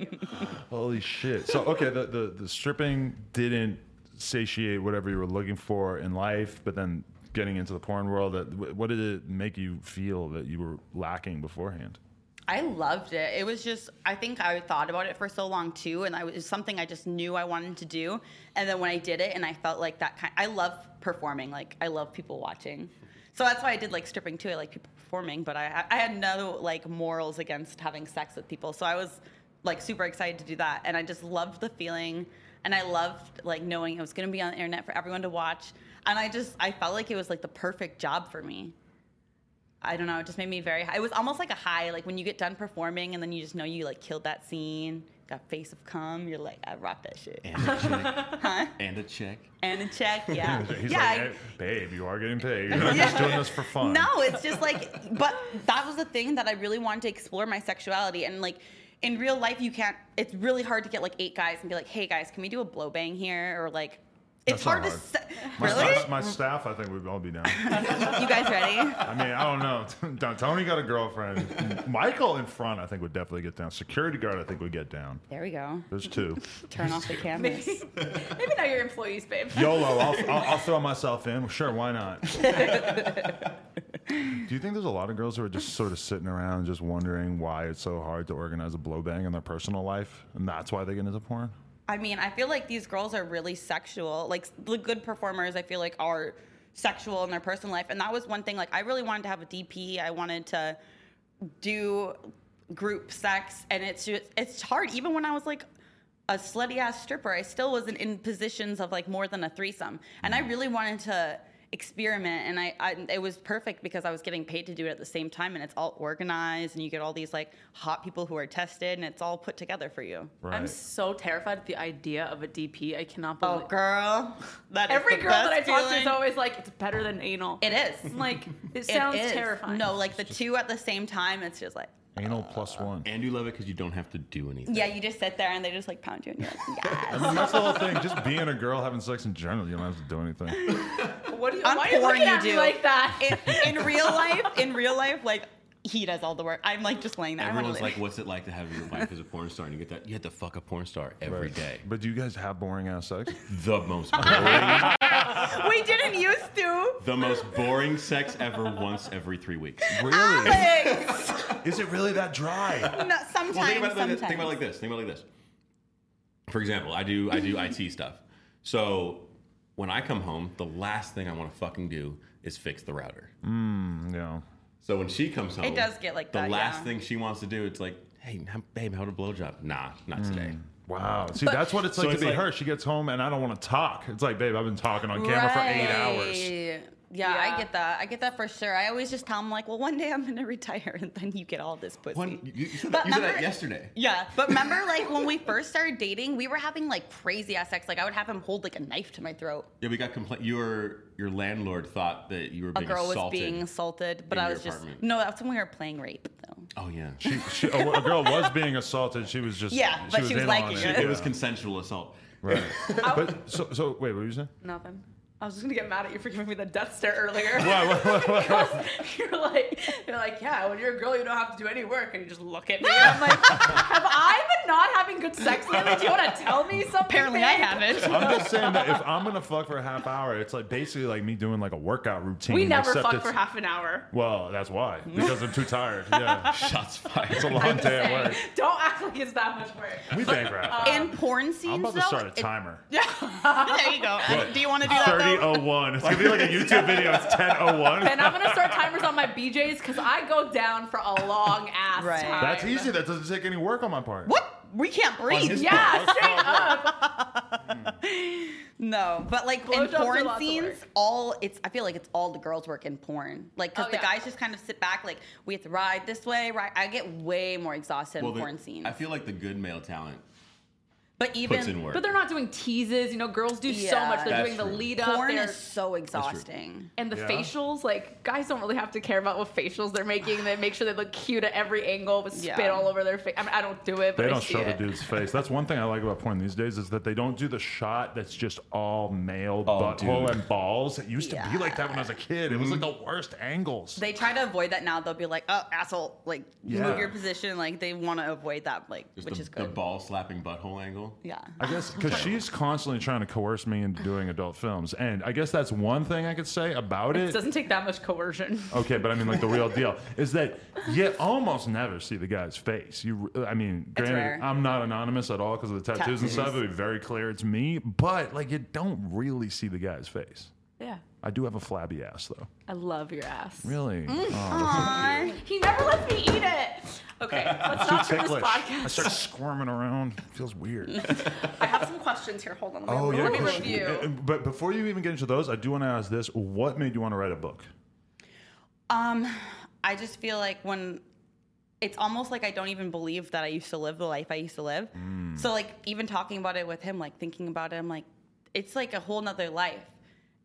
Holy shit. So okay, the, the the stripping didn't satiate whatever you were looking for in life, but then getting into the porn world, that wh- what did it make you feel that you were lacking beforehand? I loved it. It was just, I think I thought about it for so long too, and I was it was something I just knew I wanted to do. And then when I did it, and I felt like that kind, I love performing. Like I love people watching, so that's why I did like stripping too. I like people performing, but I I had no like morals against having sex with people, so I was like super excited to do that, and I just loved the feeling. And I loved like knowing it was gonna be on the internet for everyone to watch. And I just I felt like it was like the perfect job for me. I don't know. It just made me very. High. It was almost like a high. Like when you get done performing and then you just know you like killed that scene. Got a face of cum. You're like, I rocked that shit. And a chick. and a check. Yeah. He's yeah. like, I- "Hey, babe, you are getting paid. You're not just doing this for fun. No, it's just like, but that was the thing that I really wanted to explore my sexuality and like. In real life, you can't. It's really hard to get like eight guys and be like, "Hey guys, can we do a blow bang here?" Or like, That's it's not hard, to. Se- my, really? my, my staff, I think we'd all be down. you guys ready? I mean, I don't know. Don- Tony got a girlfriend. Michael in front, I think, would definitely get down. Security guard, I think, would get down. There we go. There's two. Turn off the cameras. Maybe, maybe now you're employees, babe. YOLO. I'll, I'll, I'll throw myself in. Sure, why not? Do you think there's a lot of girls who are just sort of sitting around, just wondering why it's so hard to organize a blowbang in their personal life, and that's why they get into porn? I mean, I feel like these girls are really sexual. Like the good performers, I feel like are sexual in their personal life, and that was one thing. Like I really wanted to have a DP. I wanted to do group sex, and it's just, it's hard. Even when I was like a slutty ass stripper, I still wasn't in positions of like more than a threesome, and I really wanted to experiment and I, I it was perfect because I was getting paid to do it at the same time and it's all organized and you get all these like hot people who are tested and it's all put together for you. I'm so terrified at the idea of a DP. I cannot believe. Oh, girl, that is Every the girl that I best talk to is feeling. always like, it's better than anal. It is. I'm like, it sounds is. terrifying. No, like the two at the same time, it's just like, Anal plus Uh, one. And you love it because you don't have to do anything. yeah, you just sit there and they just like pound you and you're like, yeah. I mean, that's the whole thing. Just being a girl, having sex in general, you don't have to do anything. What do you, I'm why are you pouring looking you at me do. like that? in, in real life, in real life, like he does all the work. I'm like just laying there. I'm Everyone's really- like, "What's it like to have your wife as a porn star?" And you get that you had to fuck a porn star every Right. day. But do you guys have boring ass sex? The most boring, we didn't used to. the most boring sex ever. Once every three weeks. Really? Alex! Is it really that dry? No, sometimes, Well, think about it like sometimes. this. Think about it like this. Think about it like this. For example, I do I do IT stuff. So when I come home, the last thing I want to fucking do is fix the router. Mm, yeah. So when she comes home, It does get like the that, last yeah. thing she wants to do. It's like, hey, now- babe, how to blowjob? Nah, not today. Wow. See, that's what it's like So to it's be like- her. She gets home and I don't want to talk. It's like, babe, I've been talking on camera for eight hours. Right. Yeah, Yeah. I get that. I get that for sure. I always just tell him like, well, one day I'm gonna retire, and then you get all this pussy. One, you, you said, that, you said that yesterday. Yeah, but remember, like when we first started dating, we were having like crazy ass sex. Like I would have him hold like a knife to my throat. Yeah, we got complaint. Your your landlord thought that you were A being girl was assaulted. being assaulted, but in I your was just apartment. no. That's when we were playing rape, though. Um, oh yeah. She, she, a, a girl was being assaulted. She was just Yeah, but she was in liking on it. It was yeah. consensual assault. Right. but so, so wait, what were you saying? Nothing. I was just gonna get mad at you for giving me the death stare earlier. Why, why, why, why? Because you're like, you're like, yeah. When you're a girl, you don't have to do any work, and you just look at me. I'm like, have I been not having good sex lately? Do you want to tell me something? Apparently I babe?" haven't. I'm just saying that if I'm gonna fuck for a half hour, it's like basically like me doing like a workout routine. we never except fuck it's- for half an hour. Well, that's why because I'm too tired. Yeah, shots fired. It's a long day at work. Don't act like it's that much work. We bankrupt. In porn scenes, I'm about to though, start a it- timer. there you go. What? Do you want to do that? though? 3001. It's gonna be like a YouTube video. It's 1001. And I'm gonna start timers on my BJ's because I go down for a long ass Right. time. That's easy. That doesn't take any work on my part. What? We can't breathe. his Yeah, straight up. No, but like in Blowjobs are porn lots of scenes, work. all it's I feel like it's all the girls work in porn. Like because Oh, the yeah. guys just kind of sit back. Like we have to ride this way, right? I get way more exhausted Well, in the- porn scenes. I feel like the good male talent but even puts in work. But they're not doing teases. You know, girls do so Yeah. much. They're That's doing the true. lead up. porn they're- is so exhausting. and the Yeah. facials, like guys don't really have to care about what facials they're making. They make sure they look cute at every angle with spit Yeah. all over their face. I mean, I don't do it, but They I don't see show it. the dude's face. That's one thing I like about porn these days is that they don't do the shot that's just all male Oh, butthole dude. Mm. and balls. It used to be like that when I was a kid. It was like the worst angles. They try to avoid that now. They'll be like, "Oh, asshole! Like Yeah. move your position." Like they want to avoid that. Like Just which the, is good. the ball slapping butthole angle. yeah. I guess because she's constantly trying to coerce me into doing adult films, and I guess that's one thing I could say about It it. doesn't take that much coercion. Okay, but I mean, like the real deal is that you almost never see the guy's face. You, I mean, rare. granted, I'm not anonymous at all because of the tattoos, and stuff. It'd be very clear it's me, but like you don't really see the guy's face. yeah, I do have a flabby ass though. I love your ass. Really? Mm. Oh. He never lets me eat it. Okay, let's not turn this Ticklish. I podcast. start squirming around. It feels weird. I have some questions here. Hold on. Let me, Oh, let me question. review. Uh, uh, But before you even get into those, I do want to ask this: What made you want to write a book? Um, I just feel like when it's almost like I don't even believe that I used to live the life I used to live. So like even talking about it with him, like thinking about it, I'm like, it's like a whole nother life.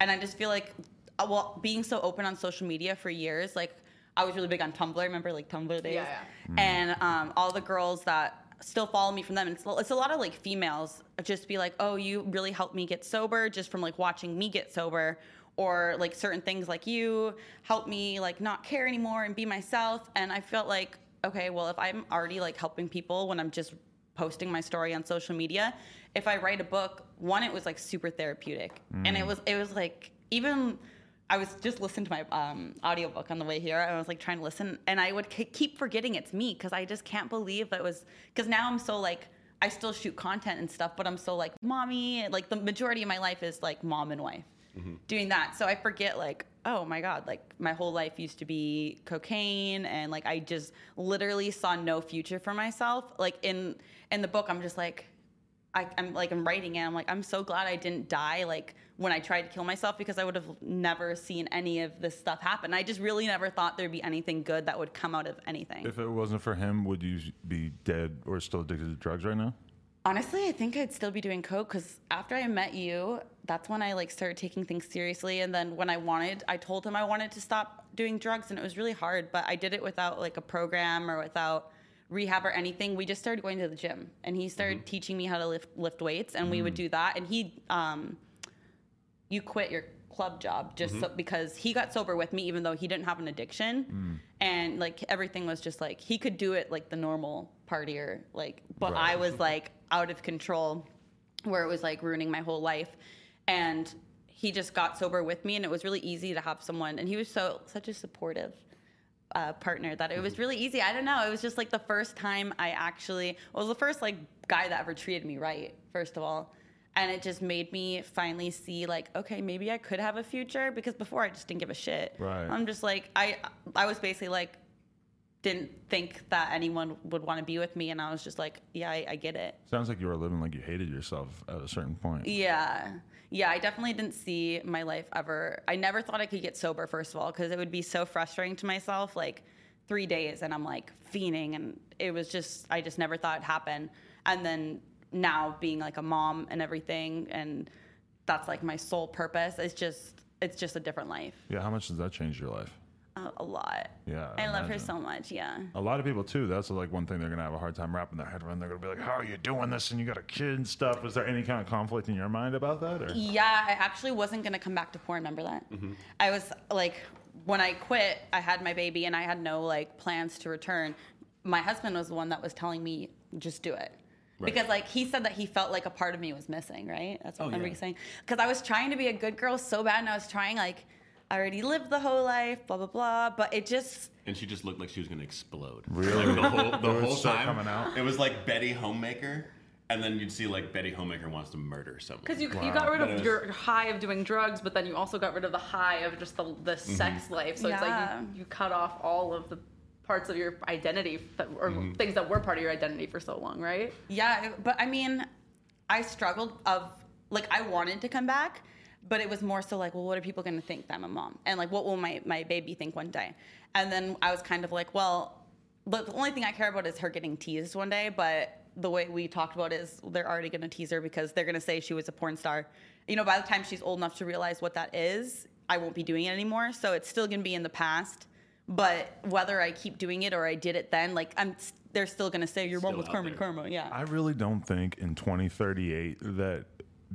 And I just feel like, uh, well, being so open on social media for years, like I was really big on Tumblr. Remember like Tumblr days? Yeah, yeah. And um, all the girls that still follow me from them, and it's, it's a lot of like females just be like, oh, you really helped me get sober just from like watching me get sober, or like certain things like you help me like not care anymore and be myself. And I felt like, okay, well, if I'm already like helping people when I'm just posting my story on social media, if I write a book, one, it was like super therapeutic, and it was it was like even I was just listening to my um, audiobook on the way here, and I was like trying to listen, and I would k- keep forgetting it's me because I just can't believe it was. Because now I'm so like, I still shoot content and stuff, but I'm so like, mommy. Like the majority of my life is like mom and wife doing that, so I forget like, oh my god, like my whole life used to be cocaine, and like I just literally saw no future for myself. Like in in the book, I'm just like, I, I'm like I'm writing it. I'm like I'm so glad I didn't die like when I tried to kill myself because I would have never seen any of this stuff happen. I just really never thought there'd be anything good that would come out of anything. If it wasn't for him, would you be dead or still addicted to drugs right now? Honestly, I think I'd still be doing coke because after I met you, that's when I like started taking things seriously. And then when I wanted, I told him I wanted to stop doing drugs, and it was really hard. But I did it without like a program or without rehab or anything. We just started going to the gym, and he started teaching me how to lift lift weights, and we would do that. And he um, you quit your club job just so, because he got sober with me even though he didn't have an addiction and like everything was just like he could do it like the normal partier like but i was like out of control where it was like ruining my whole life and he just got sober with me and it was really easy to have someone and he was so such a supportive uh, partner that it was really easy i don't know it was just like the first time i actually it was the first like guy that ever treated me right first of all and it just made me finally see like okay maybe i could have a future because before i just didn't give a shit Right. i'm just like i i was basically like didn't think that anyone would want to be with me and i was just like yeah i, I get it Sounds like you were living like you hated yourself at a certain point. yeah. Yeah, I definitely didn't see my life ever. I never thought I could get sober, first of all, because it would be so frustrating to myself. Like three days, and I'm like fiending, and it was just, I just never thought it'd happen. And then now being like a mom and everything, and that's like my sole purpose. It's just, it's just a different life Yeah, how much does that change your life? a, a lot. Yeah, I, love her imagine. so much. Yeah. A lot of people too. That's like one thing they're gonna have a hard time wrapping their head around. They're gonna be like, "How are you doing this?" And you got a kid and stuff. Was there any kind of conflict in your mind about that? Or Yeah, I actually wasn't gonna come back to porn. Remember that? Mm-hmm. Mhm. I was like, when I quit, I had my baby and I had no like plans to return. My husband was the one that was telling me, just do it. Right. Because like he said that he felt like a part of me was missing, right? That's what Oh, I remember yeah. you saying. Because I was trying to be a good girl so bad, and I was trying like, I already lived the whole life, blah blah blah. But it just And she just looked like she was going to explode. Really? Like, the whole, It the would whole start time. coming out? It was like Betty Homemaker, and then you'd see like Betty Homemaker wants to murder someone. Because you, you got rid But it of was- your high of doing drugs, but then you also got rid of the high of just the, the sex Mhm. life. So it's like Yeah. you, you cut off all of the parts of your identity that, or Mhm. things that were part of your identity for so long, right? Yeah, it- but I mean, I struggled of like I wanted to come back, but it was more so like, well, what are people going to think that I'm a mom, and like, what will my my baby think one day? And then I was kind of like, well, but the only thing I care about is her getting teased one day. But the way we talked about it is they're already going to tease her because they're going to say she was a porn star. You know, by the time she's old enough to realize what that is, I won't be doing it anymore. So it's still going to be in the past. But whether I keep doing it or I did it then, like I'm, they're still going to say your mom was out Carmen there. Karma. Yeah. I really don't think in 2038 that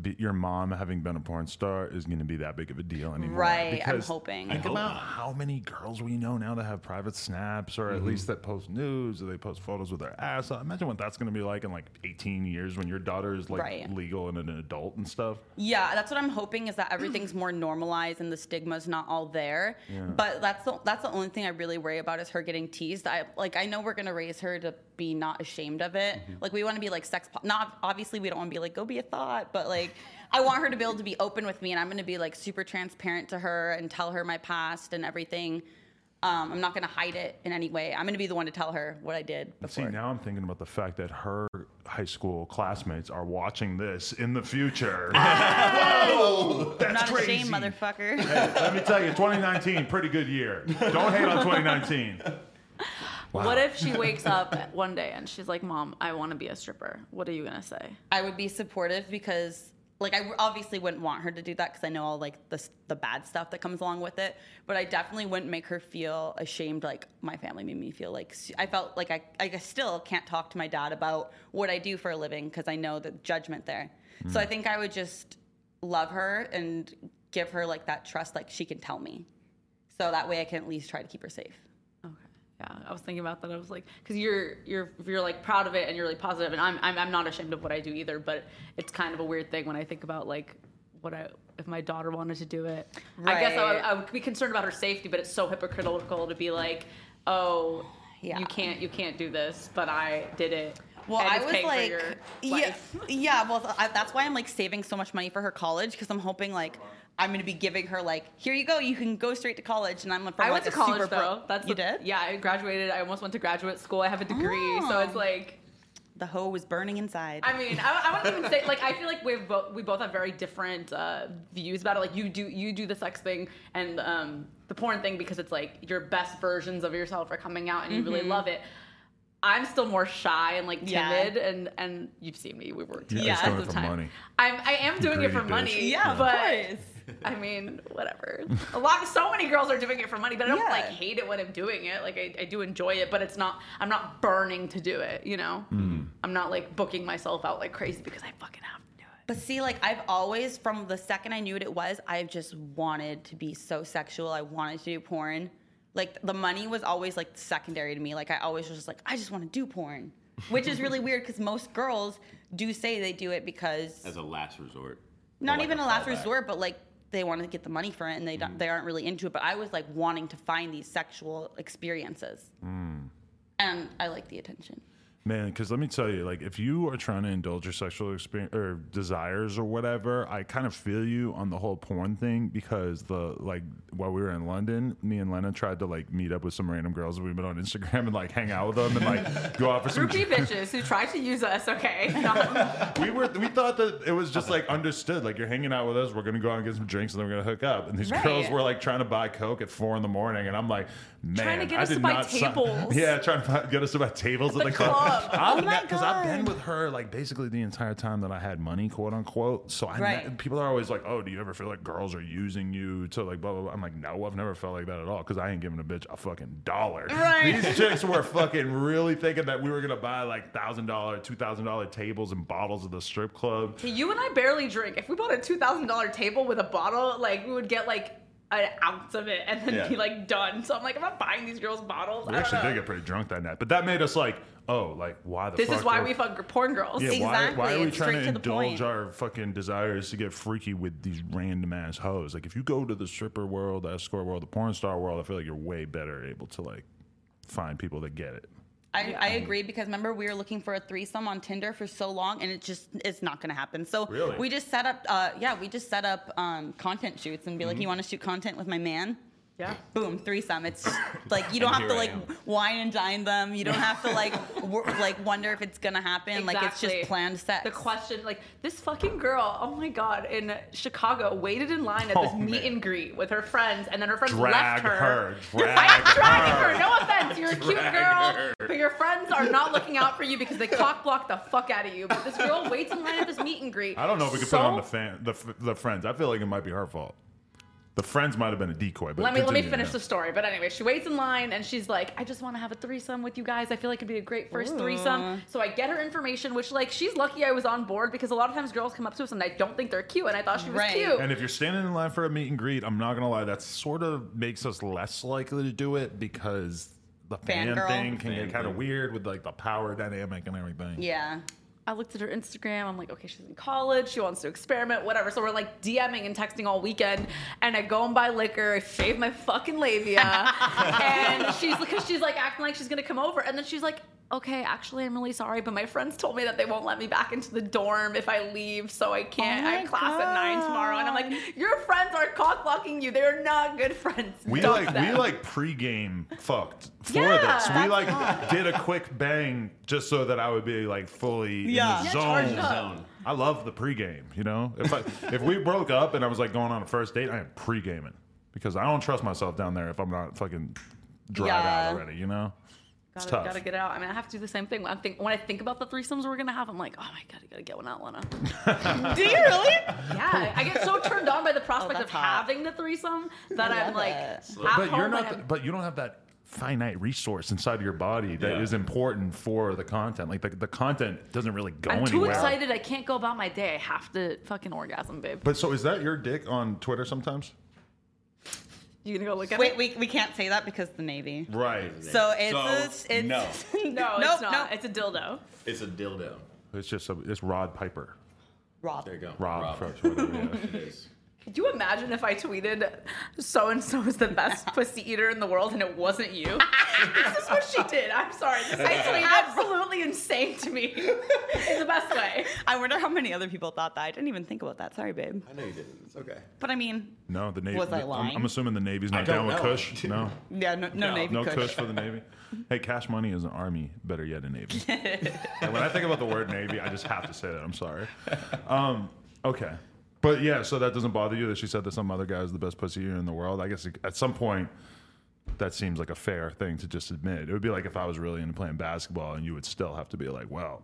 be, your mom having been a porn star is going to be that big of a deal anymore. Right, I'm Because hoping. I Think hope about not. how many girls we know now that have private snaps, or at Mhm. least that post nudes, or they post photos with their ass. out. Imagine what that's going to be like in like 18 years when your daughter is like Right. legal and an adult and stuff. Yeah, that's what I'm hoping is that everything's more normalized and the stigma's not all there. Yeah. But that's the that's the only thing I really worry about is her getting teased. I like I know we're gonna raise her to be not ashamed of it. Mm-hmm. Like we want to be like sex po- not obviously we don't want to be like go be a thought, but like I want her to be able to be open with me and I'm gonna be like super transparent to her and tell her my past and everything. Um, I'm not gonna hide it in any way. I'm gonna be the one to tell her what I did. And See, now I'm thinking about the fact that her high school classmates are watching this in the future. Whoa, that's I'm not crazy. ashamed, motherfucker. Hey, let me tell you, 2019, pretty good year. Don't hate on 2019. Wow. What if she wakes up one day and she's like, Mom, I want to be a stripper? What are you going to say? I would be supportive because like I obviously wouldn't want her to do that because I know all like the s- the bad stuff that comes along with it. But I definitely wouldn't make her feel ashamed. Like my family made me feel like s- I felt like I I guess still can't talk to my dad about what I do for a living because I know the judgment there. So I think I would just love her and give her like that trust, like she can tell me. So that way I can at least try to keep her safe. Yeah, I was thinking about that. I was like, because you're you're you're like proud of it and you're really positive, and I'm, I'm I'm not ashamed of what I do either. But it's kind of a weird thing when I think about like what I if my daughter wanted to do it. I guess I, Right. I would be concerned about her safety, but it's so hypocritical to be like, oh, you can't you can't do this, but I did it. Well, and I it's was paying for like, your yeah, life." yeah. Well, th- I, that's why I'm like saving so much money for her college because I'm hoping like I'm gonna be giving her like, here you go, you can go straight to college, and I'm from, like I went a to college super though. bro- That's you did? Yeah, I graduated. I almost went to graduate school. I have a degree, so it's Oh. like the hoe was burning inside. I mean, I, I wouldn't even say like I feel like we both we both have very different uh, views about it. Like you do you do the sex thing and um, the porn thing because it's like your best versions of yourself are coming out and you really Mhm. love it. I'm still more shy and like Yeah. timid and and you've seen me. We worked together Yeah, it's doing at it the for time. money. I'm, I am doing it Greedy for bitch. money. Yeah, of but I mean, whatever. A lot, so many girls are doing it for money, but I don't Yeah. like hate it when I'm doing it. Like I, I do enjoy it, but it's not. I'm not burning to do it. You know. Hmm. I'm not like booking myself out like crazy because I fucking have. But see, like I've always, from the second I knew what it was, I've just wanted to be so sexual. I wanted to do porn. Like the money was always like secondary to me. Like I always was just like, I just want to do porn, which is really weird because most girls do say they do it because As a last resort. not Or, like, even "Oh, a last fallback. resort, but like they want to get the money for it and they Mm. don't, they aren't really into it. But I was like wanting to find these sexual experiences, Mm. and I like the attention. Man, because let me tell you, like, if you are trying to indulge your sexual experience or desires or whatever, I kind of feel you on the whole porn thing because the like while we were in London, me and Lena tried to like meet up with some random girls we've been on Instagram and like hang out with them and like go out for some. Groupie bitches who try to use us, okay? Not- we were we thought that it was just like understood. Like you're hanging out with us, we're gonna go out and get some drinks, and then we're gonna hook up. And these Right. girls were like trying to buy coke at four in the morning, and I'm like, Man, Trying to get I us did to buy not sign- tables. yeah, trying to buy- get us to buy tables at the, club. Oh I've Because I've been with her like basically the entire time that I had money, quote unquote. So I Right. ne- people are always like, "Oh, do you ever feel like girls are using you to like blah blah?" blah. I'm like, "No, I've never felt like that at all because I ain't giving a bitch a fucking dollar." Right. These chicks were fucking really thinking that we were gonna buy like thousand dollar, two thousand dollar tables and bottles of the strip club. Okay, you and I barely drink. If we bought a two thousand dollar table with a bottle, like we would get like an ounce of it and then Yeah. be like done. So I'm like, I'm not buying these girls bottles. We I don't actually know. did get pretty drunk that night, but that made us like, "Oh, like why the?" This fuck is why are- we fuck porn girls. Yeah, why, why are we trying to indulge our fucking desires to get freaky with these random ass hoes? Like, if you go to the stripper world, the escort world, the porn star world, I feel like you're way better able to like find people that get it. I, I agree because remember we were looking for a threesome on Tinder for so long and it just it's not gonna happen. So Really? we just set up uh, yeah we just set up um, content shoots and be like Mhm. Mm-hmm. you want to shoot content with my man. Yeah. Boom, threesome. It's like you don't And have to here I like wine and dine them. You don't have to like wor- like wonder if it's gonna happen. Like it's just Exactly. planned sex. The question, like this fucking girl, oh my god, in Chicago, waited in line at this Oh, meet and greet with her friends, and then her friends Drag left her. her, drag I am dragging her. her. No offense, you're a cute Drag girl, her. but your friends are not looking out for you because they cock block the fuck out of you. But this girl waits in line at this meet and greet. I don't know if we could so put on the fan, the, f- the friends. I feel like it might be her fault. The friends might have been a decoy. But let me let me continue, finish yeah. the story. But anyway, she waits in line and she's like, "I just want to have a threesome with you guys. I feel like it'd be a great first Ooh. threesome." So I get her information, which like she's lucky I was on board because a lot of times girls come up to us and I don't think they're cute, and I thought she was cute. And if you're standing in line for a meet and greet, I'm not gonna lie, that sort of makes us less likely to do it because the fan, Fangirl. thing can Fan get kind thing. of weird with like the power dynamic and everything. Yeah. I looked at her Instagram. I'm like, okay, she's in college. She wants to experiment, whatever. So we're like DMing and texting all weekend. And I go and buy liquor. I shave my fucking labia. and she's because she's like acting like she's gonna come over. And then she's like, okay, actually, I'm really sorry, but my friends told me that they won't let me back into the dorm if I leave, so I can't. I have class at nine tomorrow. And I'm like, your friends are cock blocking you. They're not good friends. We Dump like them. we like pregame fucked for Yeah, this. We that's like fun. did a quick bang just so that I would be like fully Yeah. Yeah, in the charged zone. up. Zone. I love the pregame. You know, if I, if we broke up and I was like going on a first date, I am pregaming because I don't trust myself down there if I'm not fucking dried Yeah. out already. You know, it's Gotta, tough. gotta get it out. I mean, I have to do the same thing. When I think when I think about the threesomes we're gonna have, I'm like, oh my god, I gotta get one out, Lena. do you really? Yeah, I get so turned on by the prospect Oh, that's of having the threesome that I I'm love like, it. at but home, you're not. I th- have- but you don't have that finite resource inside of your body that is Yeah. important for the content. Like the, the content doesn't really go I'm too anywhere. excited. I can't go about my day. I have to fucking orgasm, babe. But so is that your dick on Twitter sometimes? You gonna go look at Wait, we, we can't say that because the Navy. Right. So it's it's no. no, Nope, it's not. nope. It's a dildo. It's a dildo. It's just a, it's Rod Piper. Rob. There you go. Rob. Rob. It is. Could you imagine if I tweeted, so and so is the best pussy eater in the world, and it wasn't you? this is what she did. I'm sorry. This is I tweeted- absolutely insane to me. in the best way. I wonder how many other people thought that. I didn't even think about that. Sorry, babe. I know you didn't. It's okay. But I mean, No, the Navy. Was I I'm- lying? I'm, assuming the Navy's I not don't down with know. Kush. No. yeah, no, no, Navy no Kush. Kush for the Navy. Hey, cash money is an army, better yet, a Navy. and when I think about the word Navy, I just have to say that. I'm sorry. Um, okay. But yeah, so that doesn't bother you that she said that some other guy is the best pussy eater in the world. I guess at some point, that seems like a fair thing to just admit. It would be like if I was really into playing basketball and you would still have to be like, well,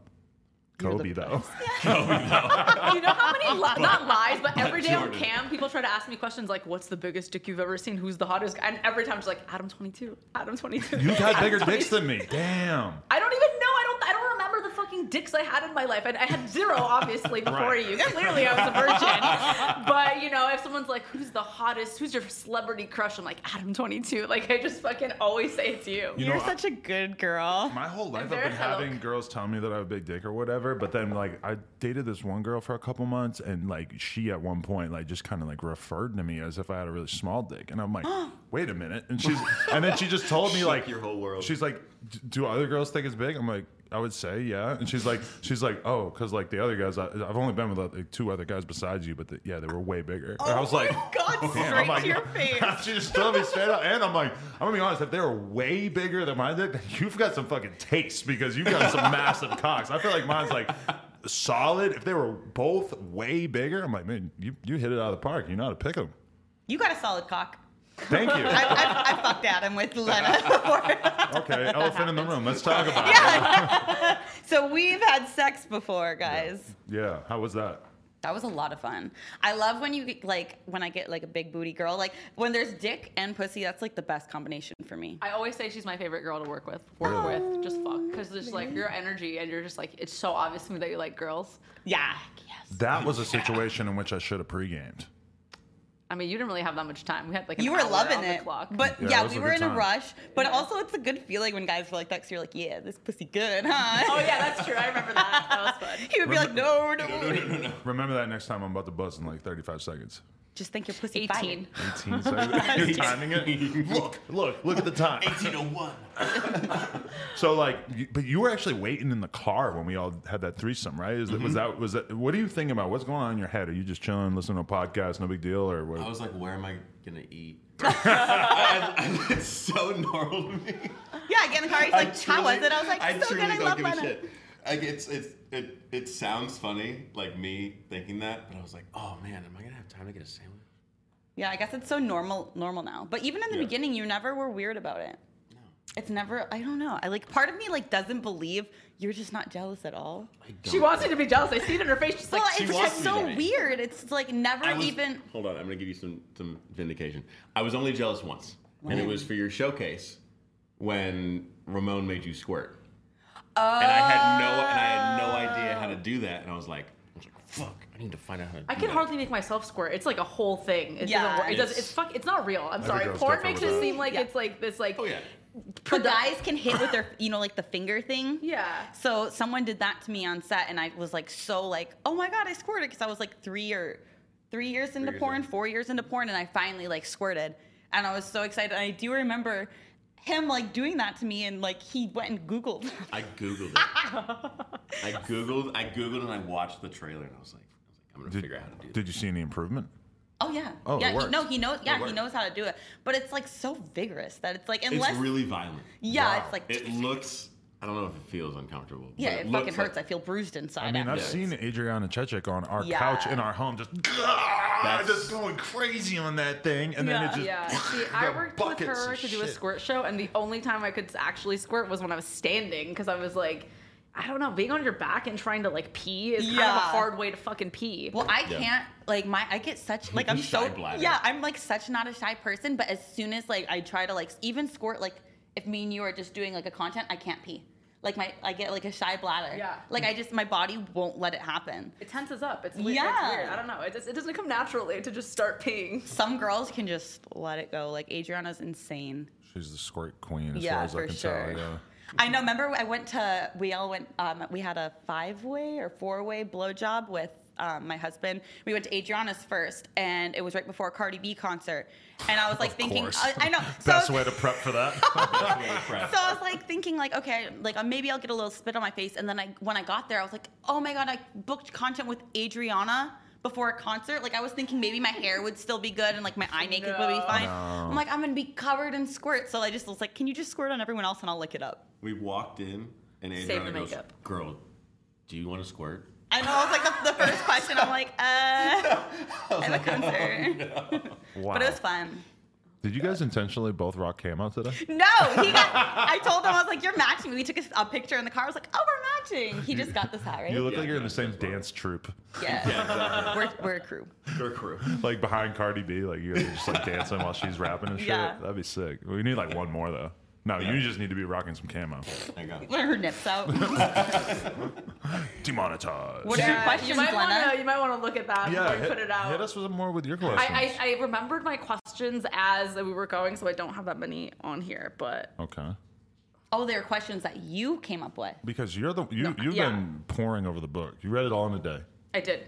Kobe, though. you know how many li- not lies, but every But day on Jordan. cam, people try to ask me questions like, "What's the biggest dick you've ever seen? Who's the hottest?" guy?" And every time it's like, "Adam 22, Adam 22." You've had Adam bigger 22. dicks than me. Damn. I don't even know. I don't. I don't remember the fucking dicks I had in my life. I, I had zero, obviously, before Right. you. Clearly, I was a virgin. but you know, if someone's like, "Who's the hottest? Who's your celebrity crush?" I'm like, "Adam 22." Like, I just fucking always say it's you. You You're know, I- Such a good girl. My whole life I've very been hello. having girls tell me that I have a big dick or whatever, but then like I dated this one girl for a couple months and like she at one point like just kind of like referred to me as if I had a really small dick and I'm like, "Wait a minute." And she's and then she just told me Shook like your whole world. She's like, "D- "Do other girls think it's big?" I'm like, "I would say, yeah." And she's like she's like, "Oh, cuz like the other guys I, I've only been with like, two other guys besides you, but the, yeah, they were way bigger." and I was like, God, Damn, straight I'm like, to your face. she just told me straight up, and I'm like, I'm gonna be honest. If they were way bigger than mine, then you've got some fucking taste because you've got some massive cocks. I feel like mine's like solid. If they were both way bigger, I'm like, man, you you hit it out of the park. You know how to pick them. You got a solid cock. Thank you. I, I, I fucked Adam with Lena. Okay, elephant in the room. Let's talk about so we've had sex before, guys. it. Yeah, how was that? That was a lot of fun. I love when you get, like when I get like a big booty girl. Like when there's dick and pussy, that's like the best combination for me. I always say she's my favorite girl to work with. Work Really? with, just fuck, because there's like your energy, and you're just like it's so obvious to me that you like girls. Yeah. That was a situation in which I should have pre-gamed. I mean, you didn't really have that much time. We had like an you were hour loving on the it, clock. but Yeah, yeah, it was we a were good in a time. rush. But also, it's a good feeling when guys were like that. you you're like, yeah, this pussy good, huh? Oh yeah, that's true. I remember that. That was fun. He would be like, no, no, no, Remember that next time I'm about to buzz in like 35 seconds. Just think your pussy. Eighteen. 18 seconds. You're timing it. Look, look, look at the time. 1801. So like, you- but you were actually waiting in the car when we all had that threesome, right? Is that, Mm-hmm. Was that was that? What are you thinking about? What's going on in your head? Are you just chilling, listening to a podcast, no big deal, or what? I was like, where am I gonna eat? I- I- it's so normal to me. Yeah, I get in the car. He's I like, how was truly- it? I was like, I so good. truly I don't love give a Lena. shit. Like it's it's it it sounds funny, like me thinking that, but I was like, oh man, am I gonna have time to get a sandwich? Yeah, I guess it's so normal normal now. But even in the Yeah. beginning, you never were weird about it. No. It's never I don't know. I like part of me like doesn't believe you're just not jealous at all. She wants you to be jealous. I see it in her face. She's like, well, She it's wants just me to so be. weird. It's like never I was- even Hold on, I'm gonna give you some some vindication. I was only jealous once, and it When? was for your showcase when Ramon made you squirt, Oh and I had no and I had no idea how to do that, and I was like, I was like, fuck, I need to find out how to. I do can that. hardly make myself squirt. It's like a whole thing. It Yeah. doesn't work. It doesn't, It's- it's fuck. It's not real. I'm Every sorry. girl's Porn different makes with it that. seem like it's like this like. Oh yeah. But guys can hit with their, you know, like the finger thing. Yeah. So someone did that to me on set, and I was like, so like, oh my god, I squirted because I was like three or three years into years porn, in. four years into porn, and I finally like squirted, and I was so excited. And I do remember him like doing that to me, and like he went and Googled. I googled it. I googled. I googled and I watched the trailer and I was like, I was like I'm gonna Did, figure out how to do. did you see any improvement? oh yeah. Oh, it yeah. he, worked. no, he knows. It Yeah, he worked. knows how to do it, but it's like so vigorous that it's like This. unless. It's really violent. yeah, it's like. It looks. I don't know if it feels uncomfortable. but yeah, it, looks fucking hurts. Like, I feel bruised inside. I mean, I've afterwards. seen Adriana Chechik on our Yeah. couch in our home, just ah, That's- just going crazy on that thing, and then it just Yeah. See, I the worked with buckets her of to do a shit. squirt show, and the only time I could actually squirt was when I was standing because I was like, I don't know, being on your back and trying to like pee is kind of Yeah. a hard way to fucking pee. Well, I Yeah. can't like my I get such like I'm so Shy bladder. yeah I'm like such not a shy person, but as soon as like I try to like even squirt like if me and you are just doing like a content, I can't pee. Like my I get like a shy bladder. Yeah. Like I just my body won't let it happen. it tenses up. It's weird. Yeah. It's weird. I don't know. It, just, it doesn't come naturally to just start peeing. Some girls can just let it go. Like Adriana's insane. She's the squirt queen, as Yeah, far as I for can sure. tell. Yeah. I know. Remember, I went to we all went. Um, we had a five way or four way blowjob with um, my husband. We went to Adriana's first, and it was right before a Cardi B concert. And I was like Of thinking, course. I, I know. Best so, way to prep for that. so I was like thinking, like, okay, like uh, maybe I'll get a little spit on my face. And then I, when I got there, I was like, oh my god, I booked content with Adriana before a concert. Like I was thinking maybe my hair would still be good and like my eye makeup would be No. fine. I'm like, I'm gonna be covered in squirt. So I just was like, can you just squirt on everyone else and I'll lick it up. we walked in and Save Adriana the goes, makeup. "Girl, do you want to squirt?" I know. I was like the, the first question. I'm like, uh, I'm a oh, concert, wow. but it was fun. Did you guys intentionally both rock camo today? No, he got. I told him I was like, "You're matching." We took a, a picture in the car. I was like, "Oh, we're matching." He just got this hat, right? You look Yeah, like you're in yeah, the same that's right. dance troupe, yeah. We're, we're a crew. Her crew. like behind Cardi B. Like you guys are just like dancing while she's rapping and shit. Yeah. That'd be sick. We need like one more though. No, you just need to be rocking some camo. I got it. Let her nips out. Demonetized. What are your questions, You might want to. Lena? You might want to look at that before you hit, put it out. hit us with more with your questions. I, I, I remembered my questions as we were going, so I don't have that many on here. But okay. Oh, there are questions that you came up with. Because you're the you you've yeah. been poring over the book. You read it all in a day. I did.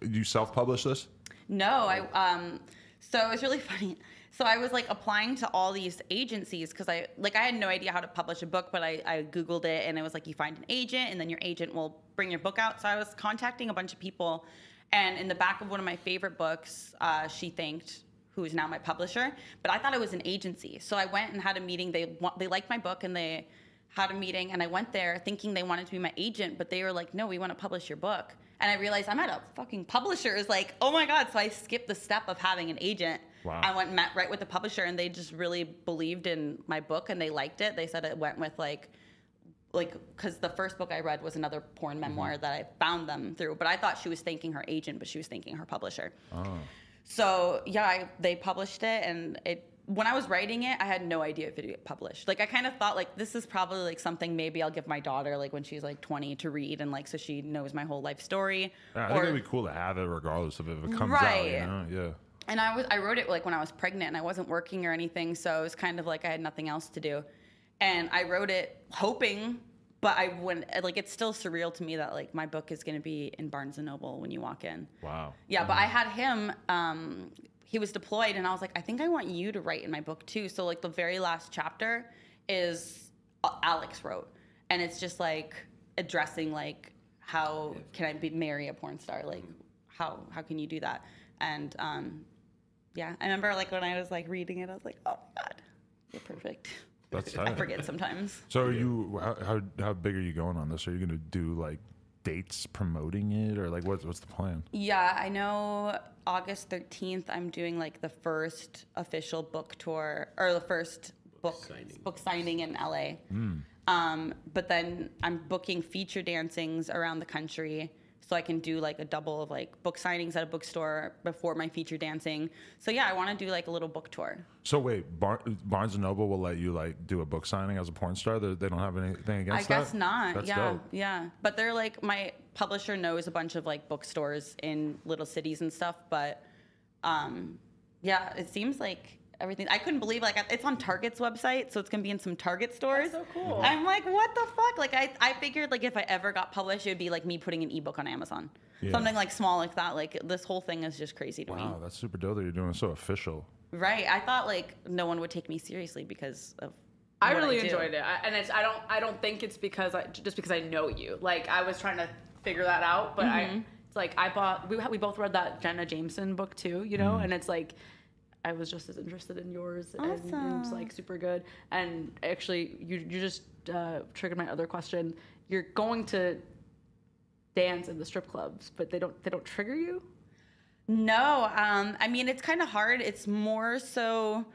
You self publish this? No, I um so it was really funny. So I was like applying to all these agencies because I like I had no idea how to publish a book, but I, I Googled it and it was like you find an agent and then your agent will bring your book out. So I was contacting a bunch of people and in the back of one of my favorite books, uh, she thanked who is now my publisher, but I thought it was an agency. So I went and had a meeting. They wa- they liked my book and they had a meeting and I went there thinking they wanted to be my agent, but they were like, "No, we want to publish your book." And I realized I'm at a fucking publisher. Is like, "Oh my god!" So I skipped the step of having an agent. Wow. I went met right with the publisher, and they just really believed in my book, and they liked it. They said it went with like like because the first book I read was another Mm-hmm. porn memoir that I found them through. But I thought she was thanking her agent, but she was thanking her publisher. Oh. So yeah, I, they published it, and it. When I was writing it, I had no idea if it would get published. Like I kind of thought like this is probably like something maybe I'll give my daughter like when she's like 20 to read and like so she knows my whole life story. Yeah, I Or- think it'd be cool to have it regardless of if it comes Right. out, you know? and I was I wrote it like when I was pregnant and I wasn't working or anything, so it was kind of like I had nothing else to do, and I wrote it hoping, but I when like it's still surreal to me that like my book is going to be in Barnes and Noble when you walk in. Yeah. Wow. Yeah, but I had him. Um, he was deployed, and I was like, I think I want you to write in my book too. So like the very last chapter is uh, Alex wrote, and it's just like addressing like how can I be marry a porn star? Like how how can you do that? And um, yeah, I remember like when I was like reading it, I was like, oh my god, you're perfect. That's I tight. forget sometimes. So are you how, how how big are you going on this? Are you going to do like dates promoting it or like what's what's the plan? Yeah, I know August 13th I'm doing like the first official book tour or the first book book signing, in LA. Um, but then I'm booking feature dancings around the country so I can do like a double of like book signings at a bookstore before my feature dancing. So yeah, I want to do like a little book tour. So wait, Bar- Barnes and Noble will let you like do a book signing as a porn star. They they don't have anything I against that. guess not. That's yeah, dope. yeah. But they're like my publisher knows a bunch of like bookstores in little cities and stuff. But um, yeah, it seems like everything. I couldn't believe like it's on Target's website, so it's gonna be in some Target stores. so cool. I'm like, what the fuck? Like I, I figured like if I ever got published, it would be like me putting an ebook on Amazon, Yeah. something like small like that. Like this whole thing is just crazy to Wow, that's super dope that you're doing it so official. me. Right? I thought like no one would take me seriously because of. I what really do. enjoyed it, I, and it's, I don't. I don't think it's because I just because I know you. Like I was trying to figure that out, but I. Mhm. It's like I bought. We we both read that Jenna Jameson book too, you know, Mm. and it's like. I was just as interested in yours, and, and it's like super good. And actually, you you just uh, triggered my other question. You're going to dance in the strip clubs, but they don't they don't trigger you. No, um, I mean it's kind of hard. It's more so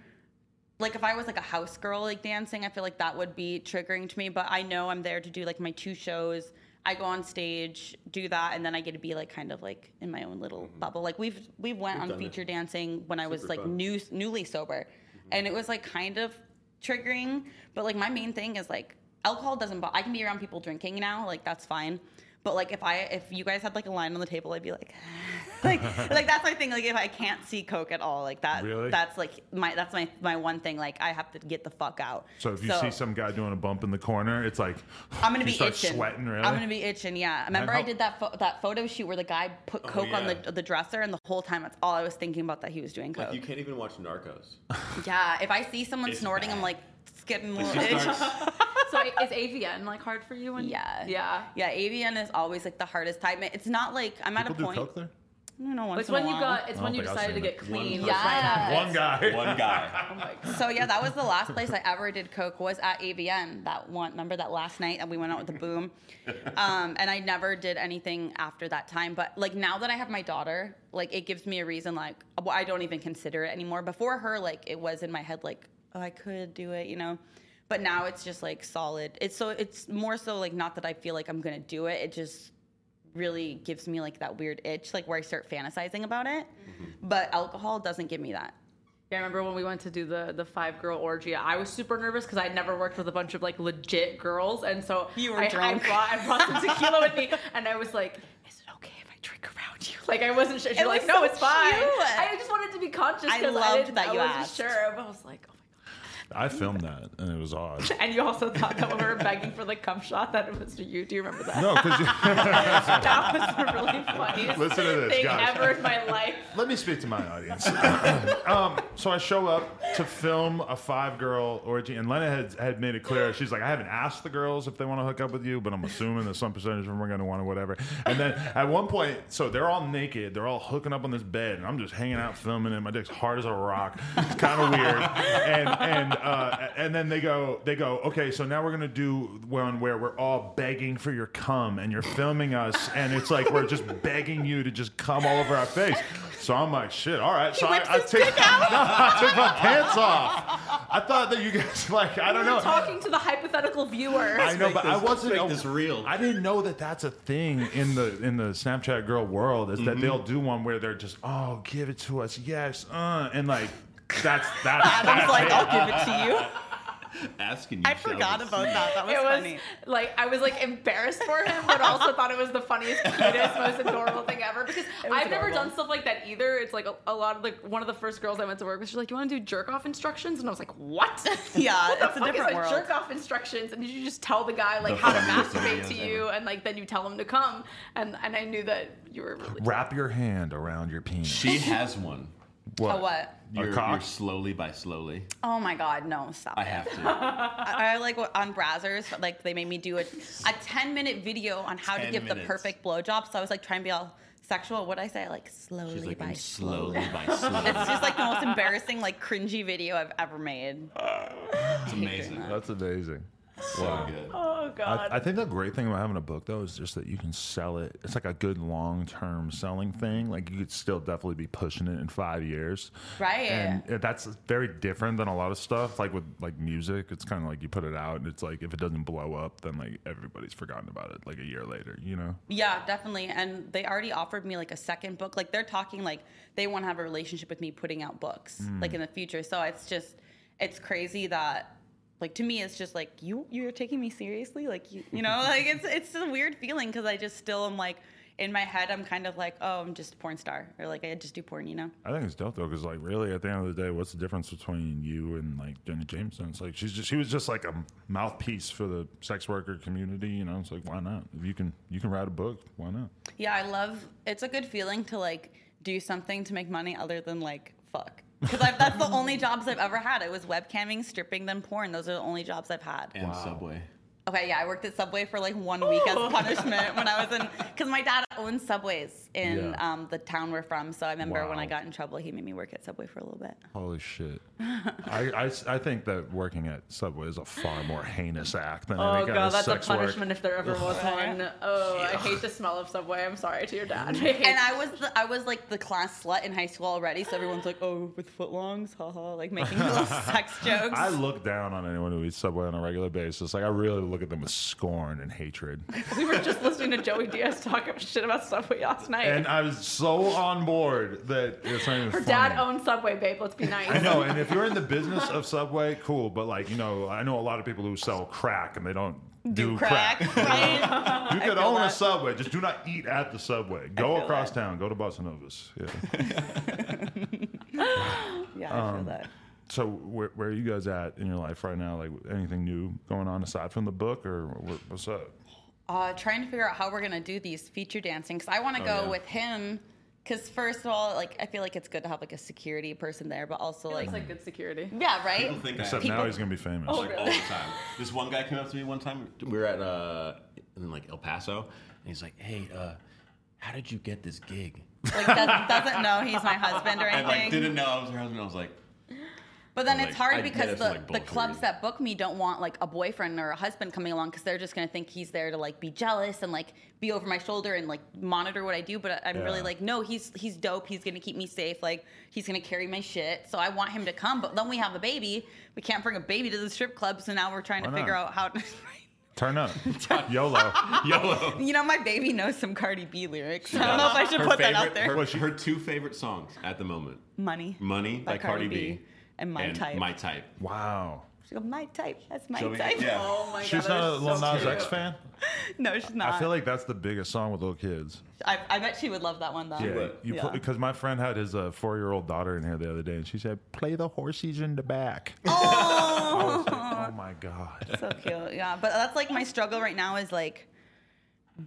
like if I was like a house girl like dancing, I feel like that would be triggering to me. But I know I'm there to do like my two shows. I go on stage, do that, and then I get to be like kind of like in my own little bubble. Like we've we've went Mm-hmm. We've on done it. feature dancing when I was Super like fun. Mm-hmm. new newly sober, and it was like kind of triggering. But like my main thing is like alcohol doesn't. Bo- I can be around people drinking now, like that's fine. But like if I if you guys had like a line on the table, I'd be like, like that's my thing. Like if I can't see coke at all, like that. Really? That's like my that's my my one thing. Like I have to get the fuck out. So if you see some guy doing a bump in the corner, it's like I'm gonna you be start itching. sweating. Really, I'm gonna be itching. Yeah. Remember I how- Oh, did that pho- that photo shoot where the guy put coke on the the dresser, and the whole time that's all I was thinking about that he was doing coke. Like you can't even watch Narcos. yeah. If I see someone It's snorting, I'm like getting a little It's itch. just so is AVN like hard for you? When yeah. yeah. Yeah. AVN is always like the hardest time. It's not like I'm at a point. there? No, no. Once It's in a when you while. got. It's when you decided to get clean. person. Yeah. One guy. One guy. So yeah, that was the last place I ever did coke was at AVN. That one, remember that last night that we went out with the boom, um, and I never did anything after that time. But like now that I have my daughter, like it gives me a reason. Like well, I don't even consider it anymore. Before her, like it was in my head, like oh, I could do it, you know. But now it's just like solid. It's so it's more so like not that I feel like I'm gonna do it. It just really gives me like that weird itch, like where I start fantasizing about it. But alcohol doesn't give me that. Yeah, I remember when we went to do the the five girl orgy. I was super nervous because I'd never worked with a bunch of like legit girls, and so You were I, drunk. I brought, I brought some tequila with me, and I was like, "Is it okay if I drink around you?" Like I wasn't sure. It You're was like, "No, so it's fine." cute. I just wanted to be conscious. I 'cause loved didn't- that you I wasn't asked. sure, but I was like, oh I filmed that and it was odd. my. And you also thought that when we were begging for the cum shot, that it was to you. Do you remember that? No, because that was the really funniest Listen to this, thing guys. ever in my life. Let me speak to my audience. um, so I show up to film a five girl orgy, and Lena had, had made it clear. She's like, I haven't asked the girls if they want to hook up with you, but I'm assuming that some percentage of them are going to want to whatever. And then at one point, so they're all naked, they're all hooking up on this bed, and I'm just hanging out filming it. My dick's hard as a rock. It's kind of weird. And and uh, and then they go, they go, okay, so now we're gonna do one where we're all begging for your cum, and you're filming us, and it's like we're just begging you to just come all over our face. So I'm like, shit, all right. so I, I take, No, I took my pants off. I thought that you guys like, I don't We're know. talking to the hypothetical viewer. I know, but I wasn't. make a- this real. I didn't know that that's a thing in the in the Snapchat girl world. Is that Mhm. they'll do one where they're just, oh, give it to us, yes, uh, and like that's that's. Adam's that's like, it. I'll give it to you. Asking you. I forgot about that. That was, it was funny. like I was like embarrassed for him, but also thought it was the funniest, cutest, most adorable thing ever. Because It was I've never adorable. done stuff like that either. It's like a, a lot of like one of the first girls I went to work with. She's like, "You want to do jerk off instructions?" And I was like, "What?" Yeah, what the it's a fuck different is world. Jerk off instructions, and you just tell the guy like The how to funniest masturbate ideas to you, and like then you tell him to come, and and I knew that you were really Wrap your hand around your penis. She has one. What? A what? A You're, cock? you're slowly by slowly. Oh my god, no, stop. I it. have to. I, I like on Brazzers, like they made me do a, a 10 minute video on how to 10 give the minutes. perfect blowjob. So I was like trying to be all sexual. What did I say? Like slowly She's like, by I'm slowly. slowly by slowly. It's just like the most embarrassing, like cringy video I've ever made. It's amazing. That's amazing. So good. Oh god. I, I think the great thing about having a book though is just that you can sell it. It's like a good long term selling thing. Like you could still definitely be pushing it in five years. Right. And uh, that's very different than a lot of stuff. Like with like music, it's kind of like you put it out and it's like if it doesn't blow up, then like everybody's forgotten about it like a year later. You know. Yeah, definitely. And they already offered me like a second book. Like they're talking like they want to have a relationship with me putting out books Mm. like in the future. So it's just it's crazy that like to me it's just like you you're taking me seriously like you you know like it's it's a weird feeling cuz I just still am like in my head I'm kind of like oh I'm just a porn star or like I just do porn, you know. I think it's dope though, because like really, at the end of the day, what's the difference between you and like Jenny Jameson? It's like she's just she was just like a mouthpiece for the sex worker community. You know, it's like why not? If you can you can write a book, why not? Yeah, I love. It's a good feeling to like do something to make money other than like fuck. Because that's the only jobs I've ever had. I was webcamming, stripping, then porn. Those are the only jobs I've had. And Subway. Okay, yeah, I worked at Subway for like one week as Oh. Ooh. punishment when I was in. Because my dad owned Subways in Yeah. um, the town we're from, so I remember when I Wow. got in trouble, he made me work at Subway for a little bit. Holy shit! I, I s- I think that working at Subway is a far more heinous act than Oh any kind god, of that's a sex work. punishment if there ever Ugh. was one. Oh, I hate the smell of Subway. I'm sorry to your dad. and I was the, I was like the class slut in high school already, so everyone's like, "Oh, with footlongs, haha," like making little sex jokes. I look down on anyone who eats Subway on a regular basis. Like I really look at them with scorn and hatred. we were just listening to Joey Diaz talk shit about Subway last night. and I was so on board that it's not even Her funny. dad owns Subway, babe. Let's be nice. I know, and if you're in the business of Subway, cool. But like, you know, I know a lot of people who sell crack and they don't do, crack. You could own a Subway, just do not eat at the Subway. Go feel across town, go to Bossa Novas. Yeah. yeah, I feel Um, that. So where, where are you guys at in your life right now? Like anything new going on aside from the book, or wh- what's up? Uh, trying to figure out how we're gonna do these feature dancing because I want to Oh, go yeah. with him. Because first of all, like I feel like it's good to have like a security person there, but also He like, looks Mm. like good security. yeah, right. People Oh, think I- Except now he's gonna be famous. like all the time. This one guy came up to me one time. We were at uh, in like El Paso, and he's like, "Hey, uh, how did you get this gig?" like doesn't, doesn't know he's my husband or And anything. like didn't know I was her husband. I was like, But then I'm it's like, hard I because guess, the, like, the bullshit. clubs that book me don't want like a boyfriend or a husband coming along because they're just gonna think he's there to like be jealous and like be over my shoulder and like monitor what I do. But I- I'm really Yeah. like, no, he's he's dope. He's gonna keep me safe. Like he's gonna carry my shit. So I want him to come. But then we have a baby. We can't bring a baby to the strip club. So now we're trying to Why figure not? out how. to... Turn up, YOLO, YOLO. you know, my baby knows some Cardi B lyrics. I don't know if I should Her put that out favorite- there. Her, her two favorite songs at the moment: Money. "Money" by, Cardi, B, and My Type. My type. Wow. She go, my type. That's my She'll be- type. yeah. Oh my She's not a Lil Nas X fan. No, she's not. I feel like that's the biggest song with little kids. I, I bet she would love that one though. yeah, you put because my friend had his uh, four-year-old daughter in here the other day, and she said, "Play the horses in the back." Oh, oh my god! so cute. Yeah, but that's like my struggle right now is like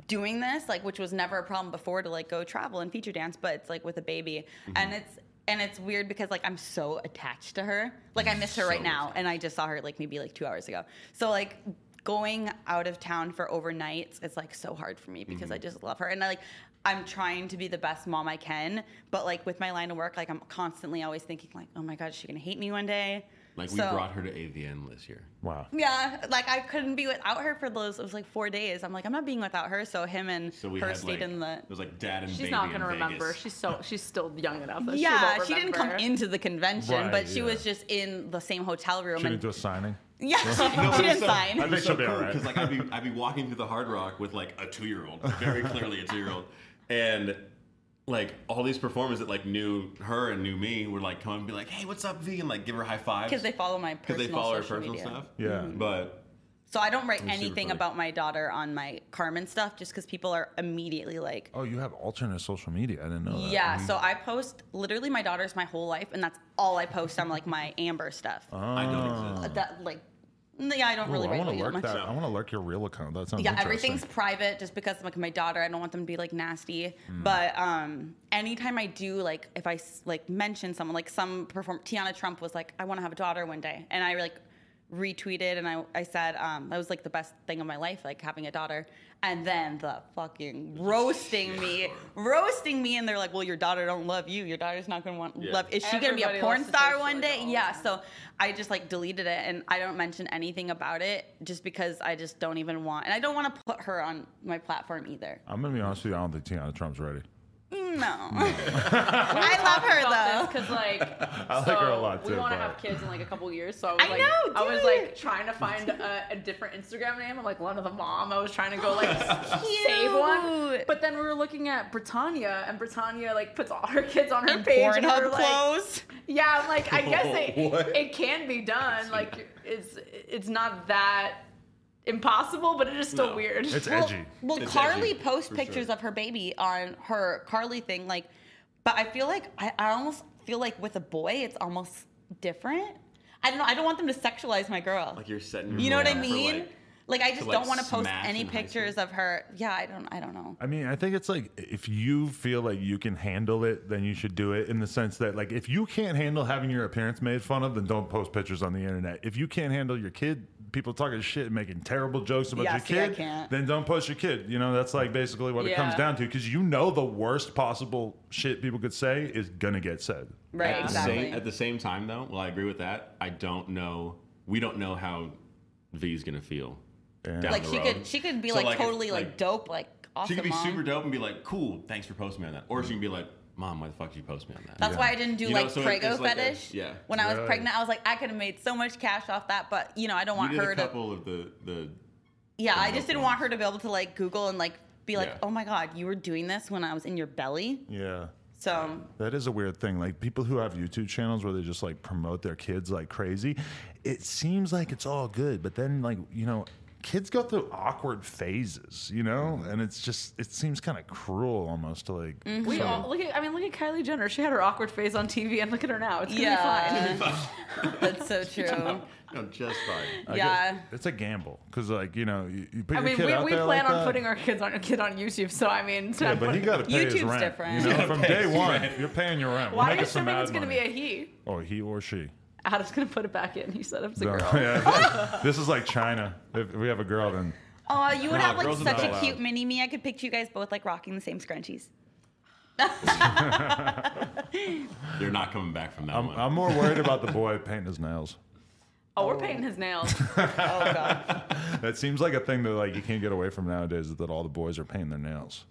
doing this, like which was never a problem before to like go travel and feature dance, but it's like with a baby, Mm-hmm. and Mhm. it's and it's weird because like I'm so attached to her. Like I miss her right So now, and I just saw her like maybe like two hours ago. So like going out of town for overnights is like so hard for me because I Mm-hmm. Mhm. just love her and I like. I'm trying to be the best mom I can, but like with my line of work, like I'm constantly always thinking like, oh my god, is she gonna hate me one day? Like we So- brought her to AVN this year. Wow. Yeah, like I couldn't be without her for those. It was like four days. I'm like, I'm not being without her. So him and So we her had stayed like in the. it was like dad and She's baby not in gonna Vegas. remember. She's so she's still young enough. That yeah, she, she, won't didn't come remember. into the convention, Right, but she yeah. was just in the same hotel room. She didn't and do a signing. yeah, she, No, but she it was didn't sign. I think she'll be all right. Because like I'd be I'd be walking through the Hard Rock with like a two year old, very clearly a two year old, and like all these performers that like knew her and knew me would like come and be like, hey, what's up, V, and like give her high fives Because they follow my because personal they follow her social personal media. stuff. Yeah. but So I don't write It was super anything funny. about my daughter on my Carmen stuff just because people are immediately like, Oh, you have alternate social media. I didn't know that. yeah. So I post literally my daughter's my whole life, and that's all I post on like my Amber stuff. I Ah. don't exist. That like, yeah, I don't Ooh, really I write want really to that lurk much. that. I want to lurk your real account. That sounds yeah interesting. everything's private just because like my daughter i don't want them to be like nasty Hmm. but um anytime i do like if i s- like mention someone like some perform tiana trump was like i want to have a daughter one day and i like retweeted and i i said um that was like the best thing of my life like having a daughter and then the fucking roasting me roasting me and they're like well your daughter don't love you your daughter's not gonna want Yeah. love is she gonna be Everybody a porn loves to say star shit one like day that all yeah so i just like deleted it and i don't mention anything about it just because i just don't even want and i don't want to put her on my platform either I'm gonna be honest with you. I don't think Tiana Trump's ready. no i love her though because like I like her a lot, We too, want to but- have kids in like a couple years, so I was I like, know, I was dude. like trying to find a, a different Instagram name. I'm like one of the mom. I was trying to go like save one, Cute. but then we were looking at Britannia, and Britannia like puts all her kids on her in page, and we Pornhub were like, clothes yeah, I'm like I guess it What? it can be done. Like it's it's not that impossible, but it is still No. weird. It's Well- edgy. Well, It's Carly edgy, posts for pictures sure. of her baby on her Carly thing, like, but I feel like I, I almost feel like with a boy, it's almost different. I don't know. I don't want them to sexualize my girl. Like you're setting. you know what I yourself up for, mean? like- Like, I just like, don't want to post smash any in high pictures school. of her. Yeah, I don't. I don't know. I mean, I think it's like if you feel like you can handle it, then you should do it. In the sense that, like, if you can't handle having your appearance made fun of, then don't post pictures on the internet. If you can't handle your kid, people talking shit, and making terrible jokes about Yeah, your see, I kid, can't. then don't post your kid. You know, that's like basically what it comes Yeah. down to. Because you know the worst possible shit people could say is gonna get said. Right. At the Exactly. Same, at the same time, though, well, I agree with that. I don't know. We don't know how V's gonna feel. down like the she road. could. She could be So, like, if- totally like, dope. Like awesome. She could be mom. super dope and be like, "Cool, thanks for posting me on that," or she can be like, "Mom, why the fuck did you post me on that?" That's why I didn't do You know, like so it- Prego it's like a- fetish. yeah. When I was Right. pregnant, I was like, I could have made so much cash off that, but you know, I don't want you did her a to. couple of the the. Yeah, I no just didn't problem. want her to be able to like Google and like be like, Yeah. oh my god, you were doing this when I was in your belly. Yeah. So That is a weird thing. Like people who have YouTube channels where they just like promote their kids like crazy, it seems like it's all good, but then like, you know, kids go through awkward phases, you know? Mm-hmm. And it's just it seems kind of cruel almost to like We all look at. I mean, look at Kylie Jenner. She had her awkward phase on TV, and look at her now. It's gonna be fine. yeah, that's so true. No, just fine. I yeah. guess it's a gamble cuz like, you know, you, you put I your mean, kid we, out we there plan like on that. putting our kids on kid on YouTube, so I mean, yeah, but he got to pay his YouTube's rent. different. You You know, gotta from pay day his one, rent. you're paying your rent. why We're are you making some assuming mad it's gonna be money. a he? Oh, he or she. Adam's gonna put it back in. He said it's a No, girl. yeah, this is like China. If we have a girl, then Oh, you would Nah, have like girls are such not a allowed. cute mini me. I could picture you guys both like rocking the same scrunchies. You're not coming back from that I'm, one. I'm more worried about the boy painting his nails. Oh, we're painting his nails. Oh god. That seems like a thing that like you can't get away from nowadays. Is that all the boys are painting their nails,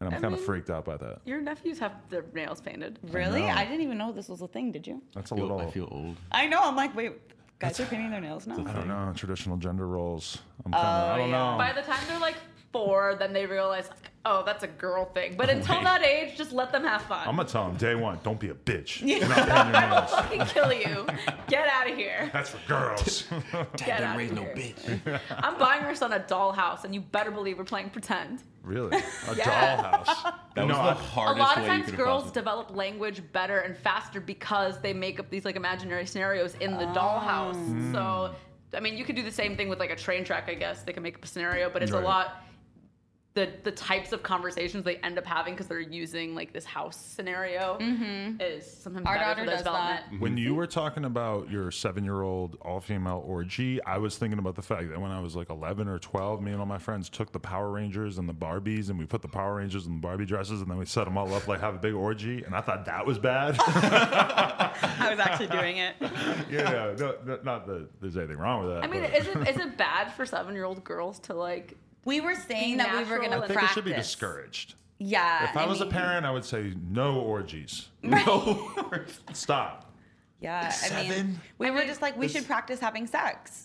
and I'm kind of mean- freaked out by that. Your nephews have their nails painted. Really? know. I didn't even know this was a thing, did you? That's a I, feel, little. I feel old. I know, I'm like, wait, guys are painting their nails now. I don't know traditional gender roles. I'm kind of. I don't know. Oh, By the time they're like four, then they realize, oh, that's a girl thing. But until that age, just let them have fun. Oh, I'm gonna tell him day one. Don't be a bitch. You're not painting your nails. fucking kill you. Get out of here. That's for girls. Get out of here. I'm buying our son a dollhouse, and you better believe we're playing pretend. really? A Yeah. dollhouse. That was No, the I- a hardest lot of way you times could girls possibly- develop language better and faster because they make up these like imaginary scenarios in the dollhouse Oh. so i mean you could do the same thing with like a train track i guess they can make up a scenario but it's Right. a lot the the types of conversations they end up having because they're using like this house scenario is sometimes Our better daughter for their does that. development. When you were talking about your seven year old all female orgy, I was thinking about the fact that when I was like 11 or 12, me and all my friends took the Power Rangers and the Barbies and we put the Power Rangers and the Barbie dresses and then we set them all up like have a big orgy. And I thought that was bad. I was actually doing it. yeah, no, no, not that there's anything wrong with that. I mean, but- is it is it bad for seven year old girls to like? We were saying that we were gonna I think it should be practice. discouraged. Uh, Yeah. If I, was mean, a parent, I would say no orgies. No. orgies. Stop. Yeah. I mean, Seven? we were just like, we should practice having sex.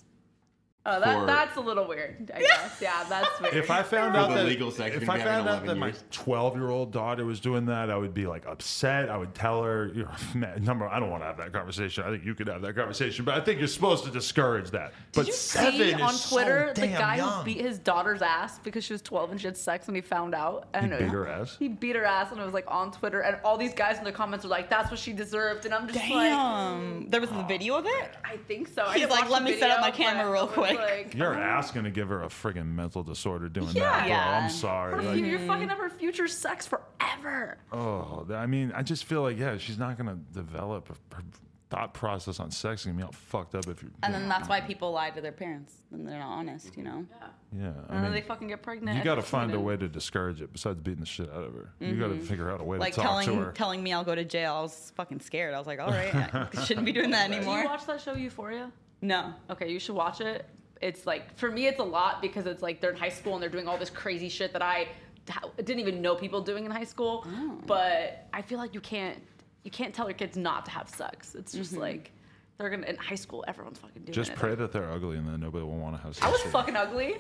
Oh, that, For- that's a little weird. I guess. Yeah, that's weird. If I found For out the that legal sex, if you've I been having found out 11 that my years. twelve-year-old daughter was doing that, I would be like upset. I would tell her, you know, man, number. I don't want to have that conversation. I think you could have that conversation, but I think you're supposed to discourage that. Did but you seven see is on so Twitter the damn guy who young. beat his daughter's ass because she was 12 and she had sex and he found out? He And it was- beat her ass? He beat her ass and it was like on Twitter and all these guys in the comments were like, "That's what she deserved," and I'm just like, Damn. There was a video of it? I think so. I He's didn't like, watch "Let the me set up video, my but camera real I was quick." like, Your ass gonna give her a friggin' mental disorder doing that, bro. Yeah. I'm sorry. Her Like, fu- you're fucking up her future sex forever. oh, th- I mean, I just feel like yeah, she's not gonna develop her- her thought process on sex. You're gonna be all fucked up if you. And then that's why people lie to their parents and they're not honest, you know? yeah. I and then mean, they fucking get pregnant. You got to find a way to discourage it. Besides beating the shit out of her, you got to Mm-hmm. Mhm. figure out a way Like to talk to telling her. telling me I'll go to jail. I was fucking scared. I was like, all right, I shouldn't be doing that Do you anymore. watch that show Euphoria? No. Okay, you should watch it. It's like for me, it's a lot because it's like they're in high school and they're doing all this crazy shit that I ha- didn't even know people doing in high school. But I feel like you can't you can't tell your kids not to have sex. It's just Mhm. like they're gonna in high school. Everyone's fucking doing Just it. pray that they're ugly, and then nobody will want to have sex. I was with you. fucking ugly.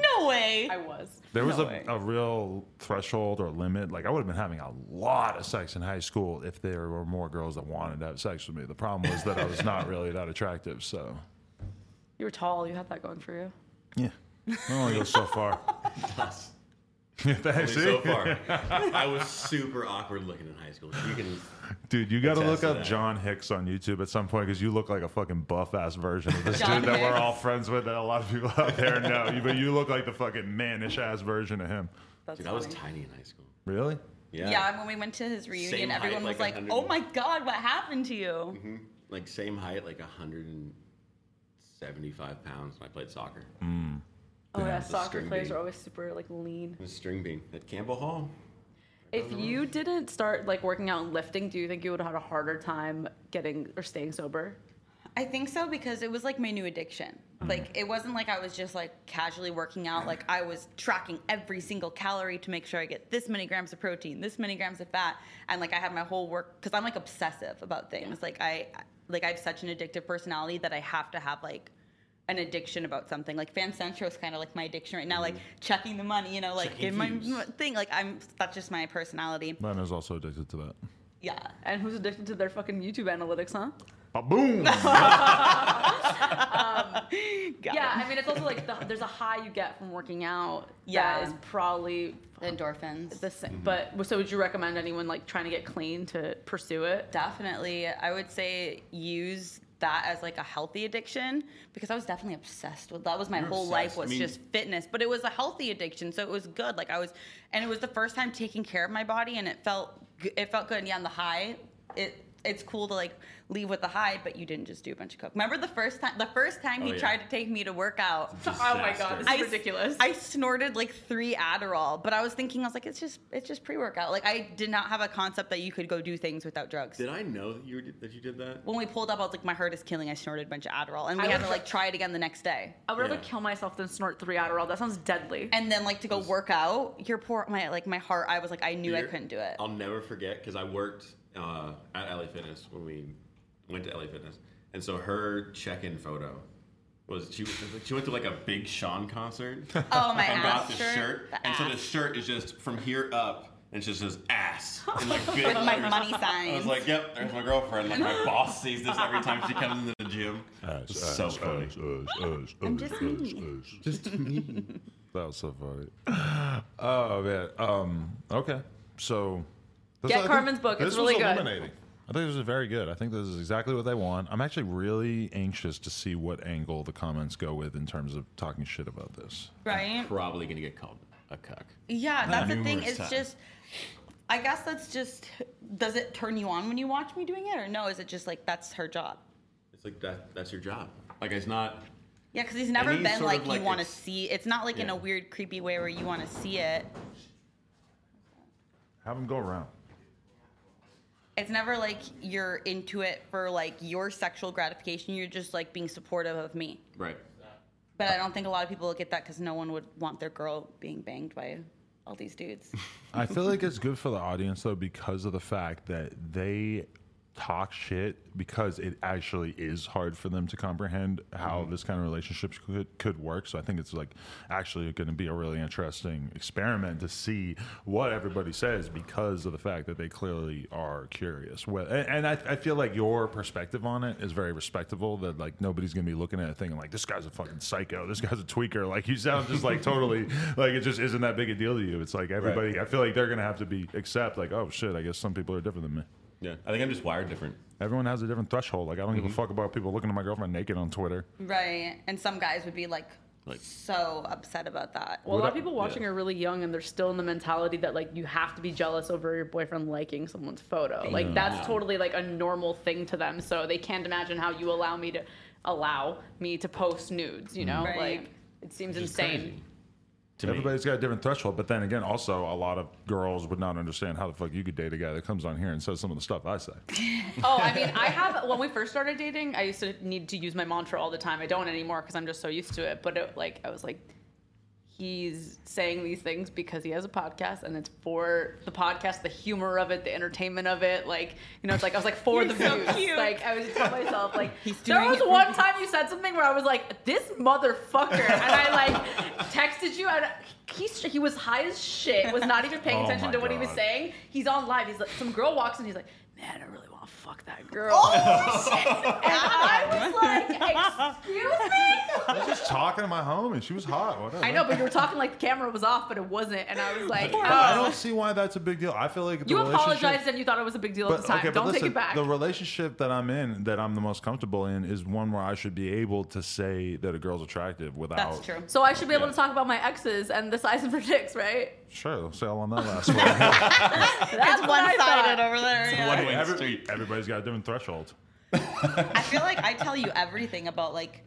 no way. I was. There was a, a real threshold or limit. Like I would have been having a lot of sex in high school if there were more girls that wanted to have sex with me. The problem was that I was not really that attractive. So You were tall. You had that going for you. yeah, I only go so far. Yeah, Only thanks. so far. I was super awkward looking in high school. You can. Dude, you got to attest look to up that. John Hicks on YouTube at some point because you look like a fucking buff ass version of this dude John that we're Hicks. all friends with that a lot of people out there know. You- but you look like the fucking mannish ass version of him. That's Dude, I was tiny in high school. Really? Yeah. when we went to his reunion, Same height, everyone was like like, 100 oh my God, what happened to you? hmm Like same height, like 175 pounds, and I played soccer. Mm. Oh yeah, Yeah. The soccer string players bean. are always super like lean. I was string bean at Campbell Hall. If you didn't start like working out and lifting, do you think you would have had a harder time getting or staying sober? I think so because it was like my new addiction. Mm-hmm. Like it wasn't like I was just like casually working out. Like I was tracking every single calorie to make sure I get this many grams of protein, this many grams of fat, and like I had my whole work because I'm like obsessive about things. Like I like I have such an addictive personality that I have to have like an addiction about something. Like Fan Centro is kind of like my addiction right now. Like checking the money, you know, like Mm-hmm. Checking in my views. my thing. Like I'm that's just my personality. Lana's also addicted to that. Yeah. And who's addicted to their fucking YouTube analytics, huh? Ba boom! yeah, I mean, it's also like the, there's a high you get from working out. Yeah. that is probably endorphins. The same, but so would you recommend anyone like trying to get clean to pursue it? Definitely. I would say use that as like a healthy addiction because I was definitely obsessed with that was my You're whole life obsessed. I was mean- just fitness, but it was a healthy addiction, so it was good. Like I was and it was the first time taking care of my body and it felt g- it felt good. And yeah, on the high, it it's cool to like leave with the high, but you didn't just do a bunch of coke. Remember the first time the first time Oh, he yeah. tried to take me to work out. Oh my God, this is ridiculous. I snorted like three Adderall, but I was thinking I was like it's just it's just pre-workout. Like I did not have a concept that you could go do things without drugs Did I know that you were, that you did that? when we pulled up, I was like, my heart is killing. I snorted a bunch of Adderall, and I we had would- to like try it again the next day. I would rather kill myself than snort three Adderall. That sounds deadly. And then like to go work out, your poor my like my heart. I was like, I knew I You're- couldn't do it. I'll never forget because I worked uh, at LA Fitness when we went to LA Fitness, and so her check-in photo was she she went to like a Big Sean concert. Oh, my and ass got this shirt? shirt, The and so the ass. shirt is just from here up. And it's just says ass. in, like, big With Oh my letters. money I was signs. like, yep, there's my girlfriend. Like, my boss sees this every time she comes into the gym. It was so funny. I'm just me. That was so funny. Oh man. Um, okay. So this- Get I think Carmen's book. It's this really was good. illuminating. I think this is very good. I think this is exactly what they want. I'm actually really anxious to see what angle the comments go with in terms of talking shit about this. Right? Probably gonna get called. a cuck. Yeah, that's the thing. Numerous It's times. just, I guess that's just. Does it turn you on when you watch me doing it, or no? Is it just like that's her job? It's like that. That's your job. Like it's not. Yeah, because he's never And he's been sort of like, like you want to it's- see. It's not like in yeah. a weird, creepy way where you want to see it. Have him go around. It's never like you're into it for like your sexual gratification. You're just like being supportive of me. Right. But I don't think a lot of people get that because no one would want their girl being banged by all these dudes. I feel like it's good for the audience though because of the fact that they talk shit because it actually is hard for them to comprehend how this kind of relationships could could work. So I think it's like actually going to be a really interesting experiment to see what everybody says because of the fact that they clearly are curious. Well, and, and I, I feel like your perspective on it is very respectable. That like nobody's going to be looking at a thing and like this guy's a fucking psycho. This guy's a tweaker. Like you sound just like totally like it just isn't that big a deal to you. It's like everybody. I feel like they're going to have to be accept like oh shit. I guess some people are different than me. Yeah. I think I'm just wired different. Everyone has a different threshold. Like I don't give a Mm-hmm. fuck about people looking at my girlfriend naked on Twitter. right. And some guys would be like, Like- so upset about that. Well, a lot of people watching are really young and they're still in the mentality that like you have to be jealous over your boyfriend liking someone's photo. Like Yeah. that's totally like a normal thing to them. So they can't imagine how you allow me to allow me to post nudes, you know? Right. Like it seems insane. Everybody's got a different threshold, but then again, also a lot of girls would not understand how the fuck you could date a guy that comes on here and says some of the stuff I say. oh, I mean, I have when we first started dating, I used to need to use my mantra all the time. I don't anymore because I'm just so used to it. But it, like, I was like, he's saying these things because he has a podcast, and it's for the podcast, the humor of it, the entertainment of it. Like, you know, it's like I was like for the views. Like, I was tell myself like there doing was it for one time you said something where I was like, this motherfucker, and I like texted you and. He, he was high as shit, was not even paying Oh attention my to what he was God. saying. He's on live. He's like, some girl walks and he's like, man, I really want to fuck that girl. Oh, I was just talking to my home and she was hot. Whatever. I know, but you were talking like the camera was off, but it wasn't, and I was like, But I oh. don't see why that's a big deal. I feel like the you relationship- apologized and you thought it was a big deal at But, the time. okay, but don't listen, take it back. The relationship that I'm in, that I'm the most comfortable in, is one where I should be able to say that a girl's attractive without. So I should be able to talk about my exes and the size of her dicks, right? Sure, sell on that last one. That's It's what I one-sided thought. over there. Yeah. street. Everybody's got a different threshold. I feel like I tell you everything about like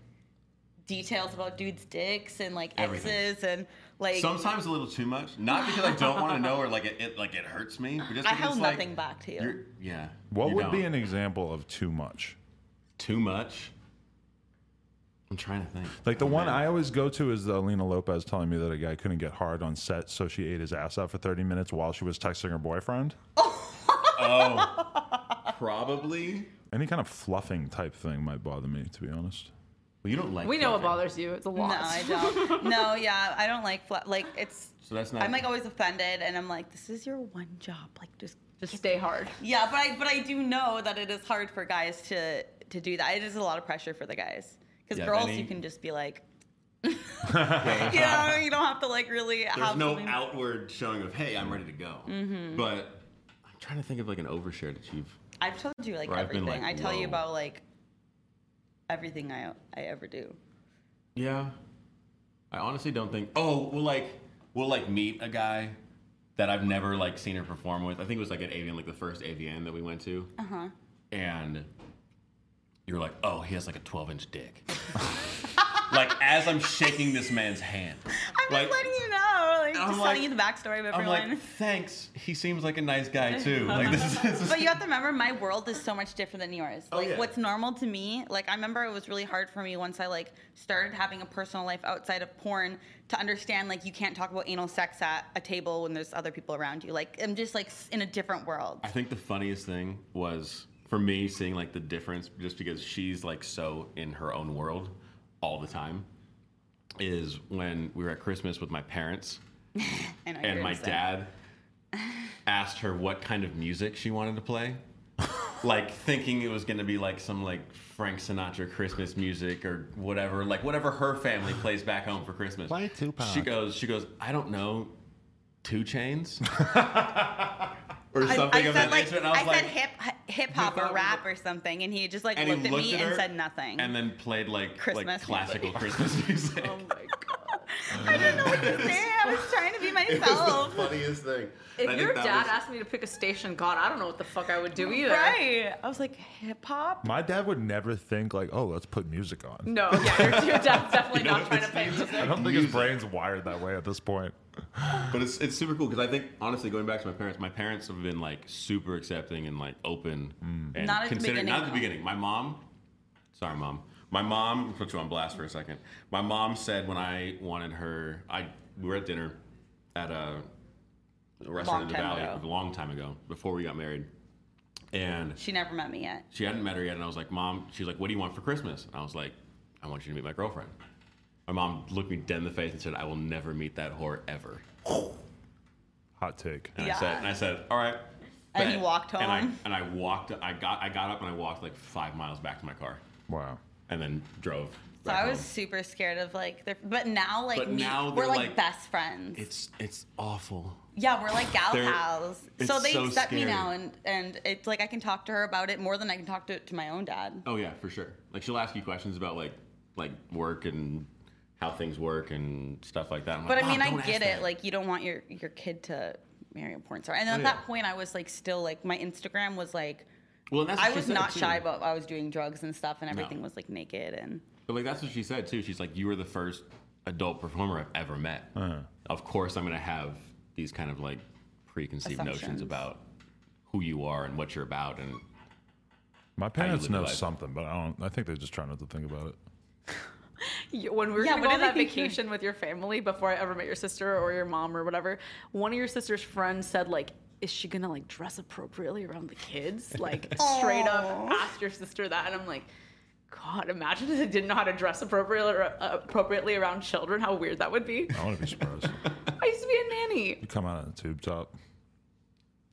details about dudes' dicks and like Everything. exes and like. Sometimes a little too much. Not because I don't want to know or like it, it like it hurts me. But just I because, held like, nothing back to you. You're, yeah. What you would be don't. an example of too much? Too much. I'm trying to think. Like the one I always go to is the Alina Lopez telling me that a guy couldn't get hard on set, so she ate his ass out for 30 minutes while she was texting her boyfriend. Oh. Probably. Any kind of fluffing type thing might bother me, to be honest. Well, you don't like. we know what bothers you. It's a no, lot. I don't. No, yeah, I don't like fla- like it's. So that's not. I'm like always offended, and I'm like, this is your one job. Like just Just stay hard. yeah, but I but I do know that it is hard for guys to to do that. It is a lot of pressure for the guys because Yeah, girls, Benny- you can just be like, you Yeah. know, you don't have to like really There's have no something- outward showing of hey, I'm ready to go. Mhm. But I'm trying to think of like an overshare that you've. I've told you like Or I've been, everything. like, I tell you whoa. about like everything I I ever do. Yeah. I honestly don't think. Oh, we'll like we'll like meet a guy that I've never like seen her perform with. I think it was like at Avian, like the first Avian that we went to, Uh huh. and you're like, oh, he has like a 12 inch dick. like as I'm shaking this man's hand, I'm like just letting you know, like I'm just like- telling you the backstory of I'm like, everyone. thanks. He seems like a nice guy too. Like this is. This is but you have to remember, my world is so much different than yours. Oh, Like yeah. what's normal to me, like I remember it was really hard for me once I like started having a personal life outside of porn to understand like you can't talk about anal sex at a table when there's other people around you. Like I'm just like s- in a different world. I think the funniest thing was for me seeing like the difference just because she's like so in her own world all the time is when we were at Christmas with my parents I know, and you're my insane. dad asked her what kind of music she wanted to play. like thinking it was going to be like some like Frank Sinatra Christmas music or whatever, like whatever her family plays back home for Christmas. Play Tupac. She goes, she goes, I don't know, Two Chains or I- something I said of that like nature. And I I, was like, said hip hip hop or rap or something, and he just like and looked he at looked me at and her said nothing. and then played like Christmas like music. classical Christmas music. I didn't know what to say. I was trying to be It was myself. the funniest thing. If I think your that dad was- asked me to pick a station, God, I don't know what the fuck I would do either. Right. I was like, hip hop? My dad would never think like, "Oh, let's put music on." No, yeah, your, your dad's definitely not trying to play music. I don't think his brain's wired that way at this point. But it's it's super cool because I think honestly, going back to my parents, my parents have been like super accepting and like open and Not at the considering. beginning, Not at the though. beginning. My mom, sorry, mom. My mom put you on blast for a second. My mom said when I wanted her, I we were at dinner at a restaurant Long in the time valley ago. a long time ago before we got married, and She never met me yet. she hadn't met her yet, and I was like, "Mom," she's like, "What do you want for Christmas?" And I was like, "I want you to meet my girlfriend." My mom looked me dead in the face and said, "I will never meet that whore ever." Hot take. And I said, and I said, "All right." And bet." you walked And I home? and I walked. I got I got up and I walked like five miles back to my car. Wow. And then drove. So back I was home. super scared of like, their, but now like But me- now we're they're, like, like- best friends. It's it's awful. yeah, we're like gal They're- pals. So it's they so accept me scary. now, and and it's like I can talk to her about it more than I can talk to to my own dad. Oh yeah, for sure. Like she'll ask you questions about like like work and how things work and stuff like that. I'm But like, I mean, "Mom, I don't ask get it. that." Like, you don't want your your kid to marry a porn star. And Oh, at yeah. that point, I was like, still like, my Instagram was like, Well, and that's what I she was said, not too. shy, but I was doing drugs and stuff, and No. everything was like naked and. But like that's what she said too. She's like, "You were the first adult performer I've ever met. Of course, I'm gonna have these kind of like preconceived Assumptions. notions about who you are and what you're about." And My you parents live your know life. something, but I don't. I think they just try not to think about it. You- when we were Yeah, gonna go what do on they that think you're- vacation with your family before I ever met your sister or your mom or whatever, one of your sister's friends said like, "Is she gonna like dress appropriately around the kids?" Like straight up asked your sister that, and I'm like. God, imagine if they didn't know how to dress appropriately, uh, appropriately around children. How weird that would be. I wouldn't be surprised. I used to be a nanny. you come out in a tube top.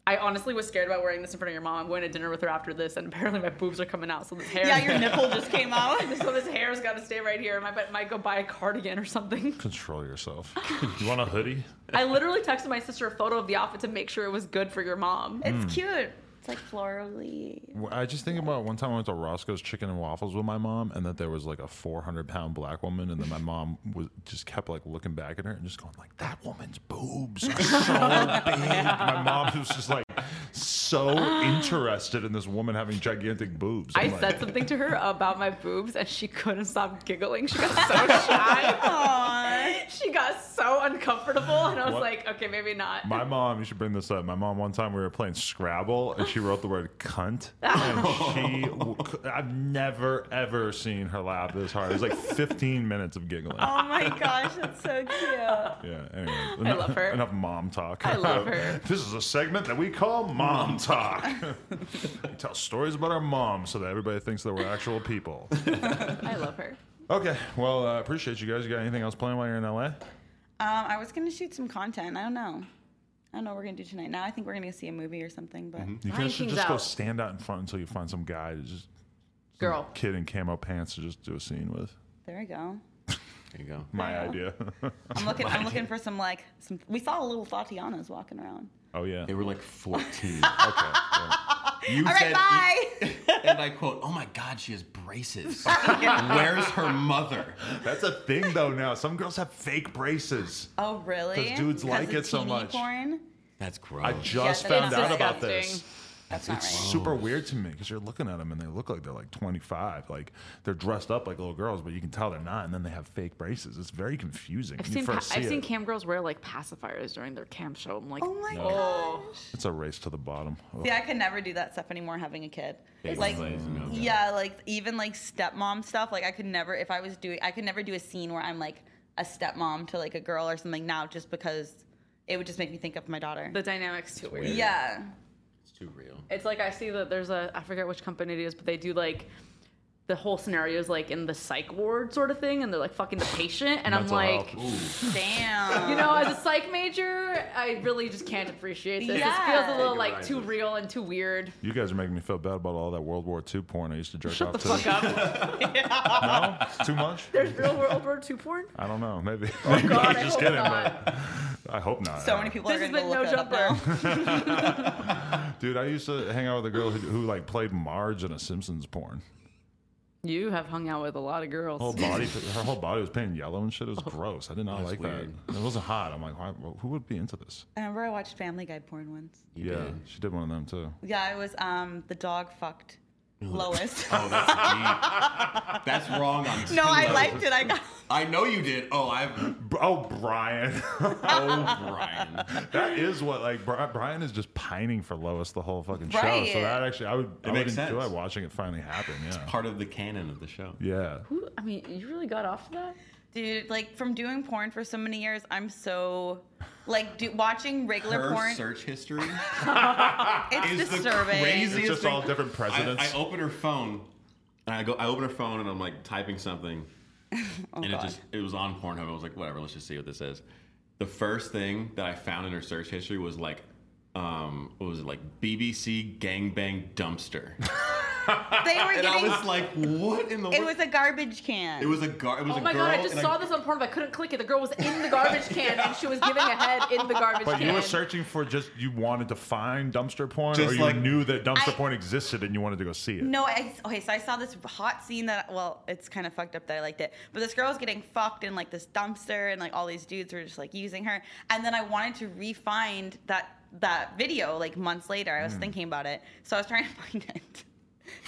I honestly was scared about wearing this in front of your mom. I'm going to dinner with her after this, and apparently my boobs are coming out. So this hair, Yeah, your nipple just came out. so this hair's got to stay right here. And I might, might go buy a cardigan or something. Control yourself. you want a hoodie? I literally texted my sister a photo of the outfit to make sure it was good for your mom. It's Hmm. cute. It's like florally. Well, I just think about one time I went to Roscoe's Chicken and Waffles with my mom, and that there was like a 400 pound black woman, and then my mom was just kept like looking back at her and just going like, "That woman's boobs are so big." My mom was just like so interested in this woman having gigantic boobs. I I'm like, said something to her about my boobs and she couldn't stop giggling. She got so shy. she got so uncomfortable and I was What? like, okay, maybe not. My mom, you should bring this up. My mom, one time we were playing Scrabble, and she wrote the word "cunt," and Oh. she, w- c- I've never ever seen her laugh this hard. It was like 15 minutes of giggling. Oh my gosh, that's so cute. Yeah. Anyway, enough, love her. Enough mom talk. I love her. this is a segment that we call Mom Talk. we tell stories about our moms so that everybody thinks that we're actual people. I love her. Okay. Well, uh, appreciate you guys. You got anything else planned while you're in LA? Um, I was gonna shoot some content. I don't know. I don't know what we're gonna do tonight. Now I think we're gonna see a movie or something. But You guys should King's just go out. stand out in front until you find some guy to just Girl. kid in camo pants to just do a scene with. there we go. there you go. My idea. I'm looking. I'm looking for some like some. We saw a little Fatianas walking around. oh yeah. They were like 14. Okay. yeah. You All right, bye. and I quote, "Oh my God, she has braces. Where's her mother?" That's a thing though now. Some girls have fake braces. Oh really? 'Cause dudes like of it so teeny much. Porn? That's gross. I just that's found not out about disgusting. this. That's not right. super weird to me because you're looking at them and they look like they're like 25. Like they're dressed up like little girls, but you can tell they're not. And then they have fake braces. It's very confusing. I've when you seen, pa- I've first see seen it. cam girls wear like pacifiers during their cam show. I'm like, Oh my No. god. it's a race to the bottom. Ugh. See, I could never do that stuff anymore. Having a kid. Big like. braces, no go. Yeah, like even like stepmom stuff. Like I could never, if I was doing, I could never do a scene where I'm like a stepmom to like a girl or something now, just because it would just make me think of my daughter. the dynamic's too weird. yeah, It's too real. It's like I see that there's a I forget which company it is, but they do like the whole scenario is like in the psych ward sort of thing, and they're like fucking the patient, and I'm Mental like, health. damn. you know, as a psych major, I really just can't appreciate this. Yeah. It feels a little like Ignorizes. too real and too weird. You guys are making me feel bad about all that World War II porn I used to jerk Shut off the to. fuck up. No? Too much? There's real world War II porn. I don't know. Maybe. God, I just hope kidding. not. But I hope not. so many people This are has gonna been go no look that up now. jumper. Dude, I used to hang out with a girl who, who like played Marge in a Simpsons porn. You have hung out with a lot of girls. Whole body, her whole body was painted yellow and shit. It was gross. I did not That's like weird. that. It wasn't hot. I'm like, why, who would be into this? I remember I watched Family Guy porn once. yeah, she did one of them too. Yeah, it was um the dog fucked Lois. Oh, that's deep. That's wrong. On No, two I levels. liked it. I got. I know you did. Oh, I've. Oh, Brian. oh, Brian. That is what like Bri- Brian is just pining for Lois the whole fucking show. Right. So that actually, I would, I would makes enjoy sense. watching it finally happen. Yeah, it's part of the canon of the show. Yeah, Who, I mean, you really got off to that? Dude, like from doing porn for so many years, I'm so like do, watching regular Her porn. search history it's is disturbing. the craziest. It's just thing. all different presidents. I, I open her phone, and I go. I open her phone, and I'm like typing something, Oh, and it God. just it was on Pornhub. I was like, whatever. Let's just see what this is. The first thing that I found in her search history was like, um, what was it like? BBC gangbang dumpster. They were and I getting. was like, what in the? it wor- was a garbage can. It was a gar- it was Oh a my girl. god, I just and saw this on Pornhub. I couldn't click it. The girl was in the garbage can and she was giving a head in the garbage but can. you were searching for just you wanted to find dumpster porn, Just or you like- knew that dumpster I- porn existed and you wanted to go see it. No, I, okay, so I saw this hot scene that, well, it's kind of fucked up that I liked it, but this girl was getting fucked in like this dumpster and like all these dudes were just like using her. And then I wanted to re-find that, that video like months later. I was thinking about it. So I was trying to find it.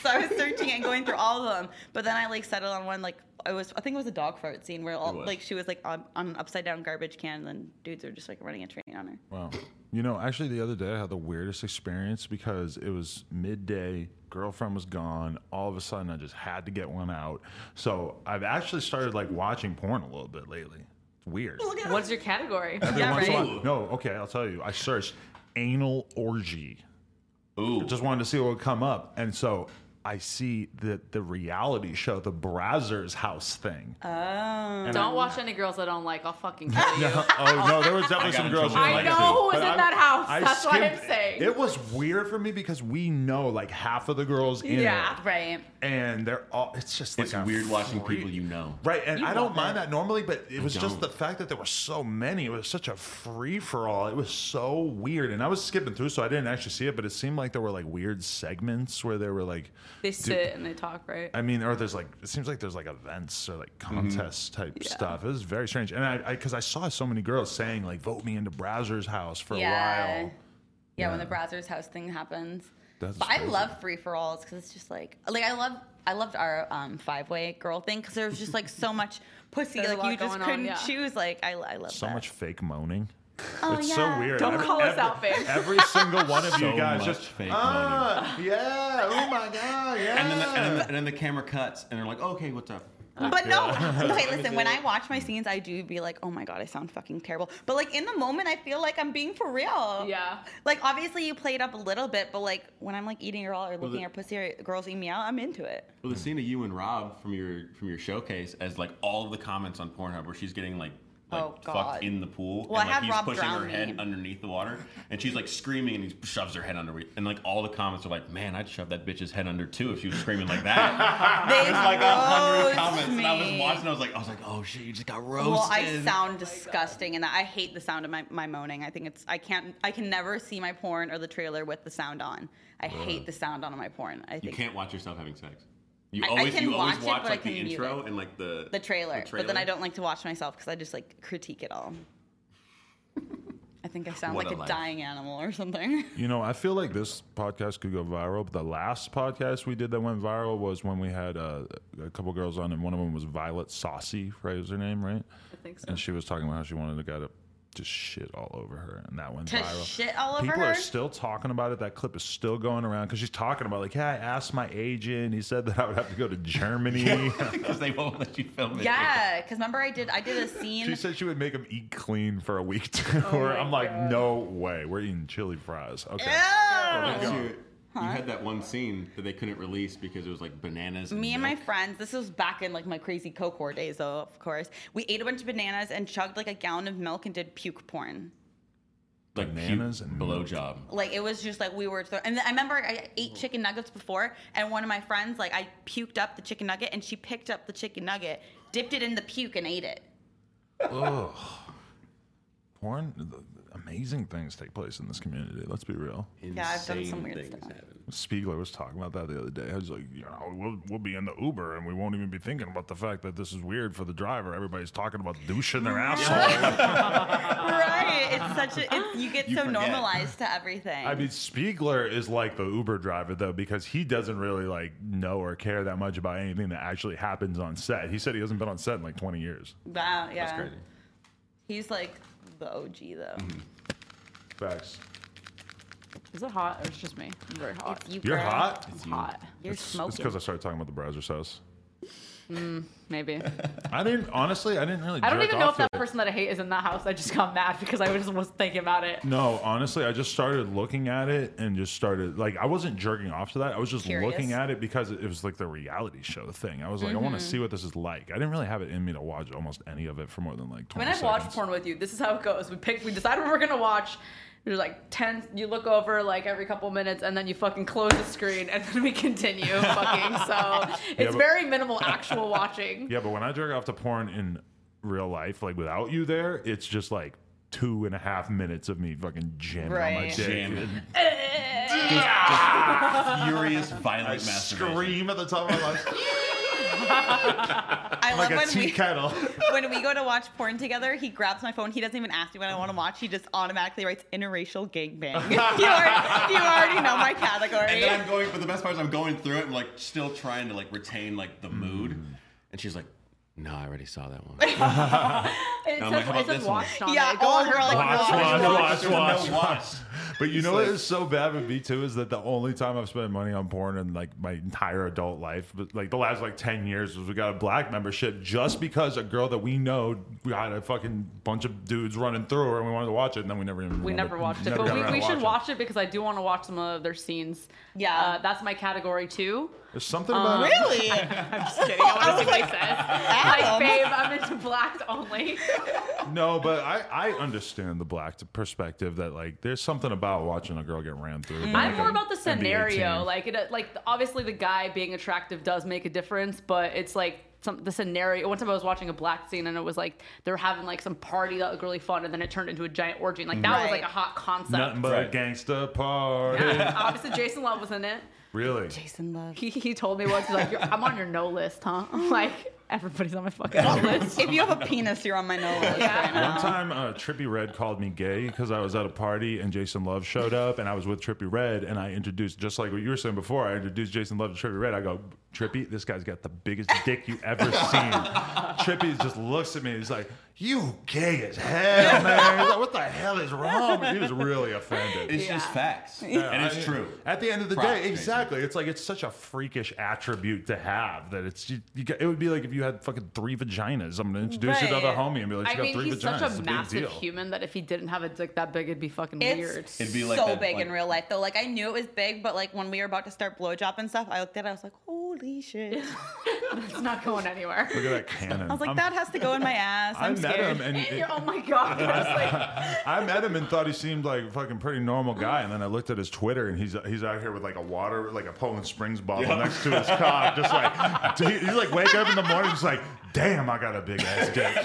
So I was searching and going through all of them, but then I like settled on one like it was I think it was a dog fart scene where all, was. like she was like on, on an upside down garbage can and then dudes were just like running a train on her. Wow. You know, actually, the other day I had the weirdest experience because it was midday, girlfriend was gone. All of a sudden, I just had to get one out. So I've actually started like watching porn a little bit lately. It's weird. What's your category? Every Yeah, once in a right. while- No, okay, I'll tell you. I searched anal orgy. I ooh, Just wanted to see what would come up. And so I see the, the reality show, the Brazzers House thing. Don't watch any girls I don't like. I'll fucking kill you. oh no, there was definitely got some in girls. trouble who for liked that. I it. know who was But in I- that house. I That's what I'm skimmed- saying. It was weird for me because we know like half of the girls in yeah, it, right. and they're all. It's just like it's a weird watching freak. people you know. Right, and You I don't love mind it. that normally, but it was just don't. the fact that there were so many. It was such a free for all. It was so weird, and I was skipping through, so I didn't actually see it. But it seemed like there were like weird segments where there were like They do- sit and they talk, right? I mean, or there's like it seems like there's like events or like Mm-hmm. contests type stuff. It was very strange, and I because I, saw so many girls saying like vote me into Brazzers House for Yeah. a while. Yeah, when the browser's house thing happens. That's but I crazy. love free for alls because it's just like like I love I loved our um, five way girl thing because there was just like so much pussy There's a like you lot just going on, couldn't yeah. choose like I, I love So that. much fake moaning. Oh, it's yeah. so weird. Don't call us out, babe. Every single one of you So guys much just fake ah, yeah, oh my god, yeah. And then, the, and, then the, and then the camera cuts, and they're like, okay, what's up? But no, okay. Listen, when I watch my scenes, I do be like, "Oh my god, I sound fucking terrible." But like in the moment, I feel like I'm being for real. Yeah. Like obviously, you play it up a little bit, but like when I'm like eating a girl or looking the- at pussy or girls eating me out, I'm into it. Well, the scene of you and Rob from your from your showcase as like all of the comments on Pornhub where she's getting like like Oh, God. fucked in the pool. Well, and, I like, had he's Rob pushing drown her me. head underneath the water, and she's like screaming, and he shoves her head under. And like all the comments are like, "Man, I'd shove that bitch's head under too if she was screaming like that." They There's like a hundred roast comments, and I was me. watching. I was like, I was like, "Oh shit, you just got roasted." Well, I sound disgusting, and I hate the sound of my, my moaning. I think it's I can't I can never see my porn or the trailer with the sound on. I hate the sound on my porn. I think You can't watch yourself having sex. You I- I always can you always watch it, watch but I like the can mute intro it. and like the the trailer, but then I trailer. don't like to watch myself because I just like critique it all. I think I sound What like a a, life. dying animal or something. You know, I feel like this podcast could go viral. But the last podcast we did that went viral was when we had uh, a couple girls on, and one of them was Violet Saucy, right? Is her name right? I think so. And she was talking about how she wanted a guy to just shit all over her, and that went To viral. shit all over People her? are still talking about it. That clip is still going around because she's talking about like, yeah, I asked my agent. He said that I would have to go to Germany. because they won't let you film it. yeah, because remember I did I did a she scene. said she would make him eat clean for a week. Too. Oh I'm like, no way. We're eating chili fries. Okay. That's your- you had that one scene that they couldn't release because it was like bananas. Me and my milk. friends, this was back in like my crazy Cocor days, though, of course. We ate a bunch of bananas and chugged like a gallon of milk and did puke porn. like Bananas bananas and and blowjob. Like it was just like we were. Throw- and then I remember I ate chicken nuggets before, and one of my friends like I puked up the chicken nugget, and she picked up the chicken nugget, dipped it in the puke, and ate it. Porn, amazing things take place in this community. Let's be real. Yeah, I've done some Insane weird things stuff. Spiegler was talking about that the other day. I was like, you know, we'll, we'll be in the Uber and we won't even be thinking about the fact that this is weird for the driver. Everybody's talking about douching their asshole. right. It's such a. It's, you get You so forget. normalized to everything. I mean, Spiegler is like the Uber driver though, because he doesn't really like know or care that much about anything that actually happens on set. He said he hasn't been on set in like 20 years. wow. Yeah. crazy. Mm-hmm. He's like the OG though. Facts. Is it hot or it's just me? I'm very hot. It's you, You're hot. It's hot. It's- It's because I started talking about the browser's house. Mm, maybe. I didn't honestly. I didn't really. I don't jerk even know off if to that it. person that I hate is in that house. I just got mad because I just was thinking about it. No, honestly, I just started looking at it and just started like I wasn't jerking off to that. I was just Curious. looking at it because it was like the reality show thing. I was like, I want Mhm. to see what this is like. I didn't really have it in me to watch almost any of it for more than like When 20 I watch seconds. porn with you, this is how it goes. We pick, we decide what we're gonna watch. There's like ten. You look over like every couple minutes, and then you fucking close the screen, and then we continue fucking. So it's but- very minimal actual watching. Yeah, but when I jerk off to porn in real life, like without you there, it's just like two and a half minutes of me fucking jamming on my Right. dick. Jamming. Uh. Furious, violent I masturbation. scream at the top of my lungs I like a love when tea we kettle. when we go to watch porn together. He grabs my phone. He doesn't even ask me what I want to watch. He just automatically writes interracial gangbang. you, already, you already know my category. And then I'm going, but the best part is I'm going through it and like still trying to like retain like Mm. the mood. And she's like, no, I already saw that one. It says, I'm like, how about it says this one? watched on Yeah, it. Go all on her her, like, phone. watch, watch, watch, There's watch, no watch. watch. But you It's know what like- is so bad with me too is that the only time I've spent money on porn in like my entire adult life, but like the last like ten years, was we got a black membership just because a girl that we know we had a fucking bunch of dudes running through her and we wanted to watch it and then we never even We wanted- never watched it, never but got we, around we to should watching. watch it because I do want to watch some of their scenes. Yeah, uh, that's my category too. There's something Um, about Really? I'm just kidding. I want to see what he says. Like, Adam. babe, I'm into blacks only. No, but I, I understand the black perspective that like there's something about watching a girl get ran through. by, like, Mm-hmm. I'm more a about the NBA scenario. team. Like it, uh, like obviously the guy being attractive does make a difference, but it's like some the scenario. One time I was watching a black scene and it was like they were having like some party that looked really fun, and then it turned into a giant orgy. And, like that was like Right. a hot concept. nothing but a gangsta party. Yeah, obviously Jason Love was in it. Really? Jason Love. He, he told me once, he's like, "You're- I'm on your no list, huh? I'm like, everybody's on my fucking no list. If you have a penis, you're on my no list. Yeah. One time, uh, Trippy Red called me gay because I was at a party and Jason Love showed up, and I was with Trippy Red, and I introduced just like what you were saying before. I introduced Jason Love to Trippy Red. I go, Trippy, this guy's got the biggest dick you ever seen. Trippy just looks at me. He's like, You gay as hell, man. He's like, what the hell is wrong? with you?" He was really offended. It's just facts. And it's true. At the end of the Props, day, Jason. exactly. It's like it's such a freakish attribute to have that it's you, you, get- it would be like if you had fucking three vaginas. I'm gonna introduce you to the Right. homie and be like, you I got mean, three he's vaginas. such It's a big massive deal. human that if he didn't have a dick that big, it'd be fucking weird. It's so big in real life though. Like I knew it was big, but like when we were about to start blowjob and stuff, I looked at it, I was like, holy shit. It's not going anywhere. Look at that cannon. I was like, I'm- that has to go in my ass. I I'm met scared. him and it- oh my god. I was like, I met him and thought he seemed like a fucking pretty normal guy, and then I looked at his Twitter and he's he's out here with like a water, like a Poland Springs bottle Yeah. next to his cock, just like dude, he's like wake up in the morning, just like, damn, I got a big ass dick.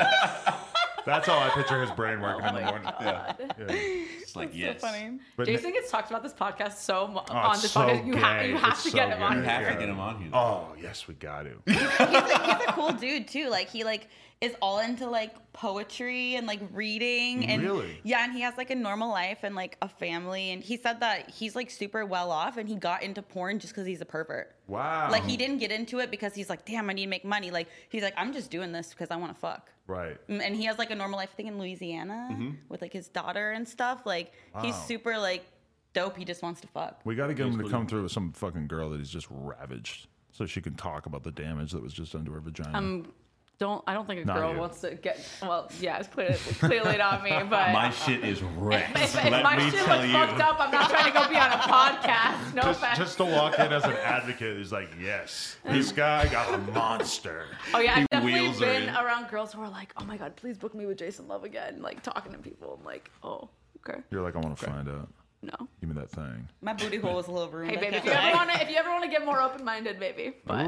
That's how I picture his brain Oh working in the morning. Yeah. It's like, yes. funny. But- Jason gets talked about this podcast so mu Oh, on it's this so podcast. You, ha- gay. you have It's to so get him on. gay. You have to get him on here. Oh yes, we got to. He's a cool dude too. Like he like is all into like poetry and like reading and Really? yeah, and he has like a normal life and like a family. And he said that he's like super well off and he got into porn just because he's a pervert. Wow. Like he didn't get into it because he's like, damn, I need to make money. Like he's like, I'm just doing this because I want to fuck. Right. Mm, And he has like a normal life thing in Louisiana Mhm. with like his daughter and stuff. Like he's Wow. super like dope. He just wants to fuck. We got to get He's him to blue. come through with some fucking girl that he's just ravaged, so she can talk about the damage that was just under her vagina. Um, don't I don't think a Not girl you. wants to get. Well, yeah, it's clearly, it's clearly not me. But My shit is wrecked. if, if Let my me shit was tell you. fucked up, I'm not trying to go be on a podcast. No just, offense. just to walk in as an advocate is like, yes, this guy got a monster. Oh yeah, He I've definitely wheels her been in. around girls who are like, "Oh my god, please book me with Jason Love again." Like talking to people, I'm like, "Oh, okay." You're like, I want to find out. No. Give me that thing. My booty hole was a little room. Hey, I baby, if can't you ever lie. want to, if you ever want to get more open-minded, baby, but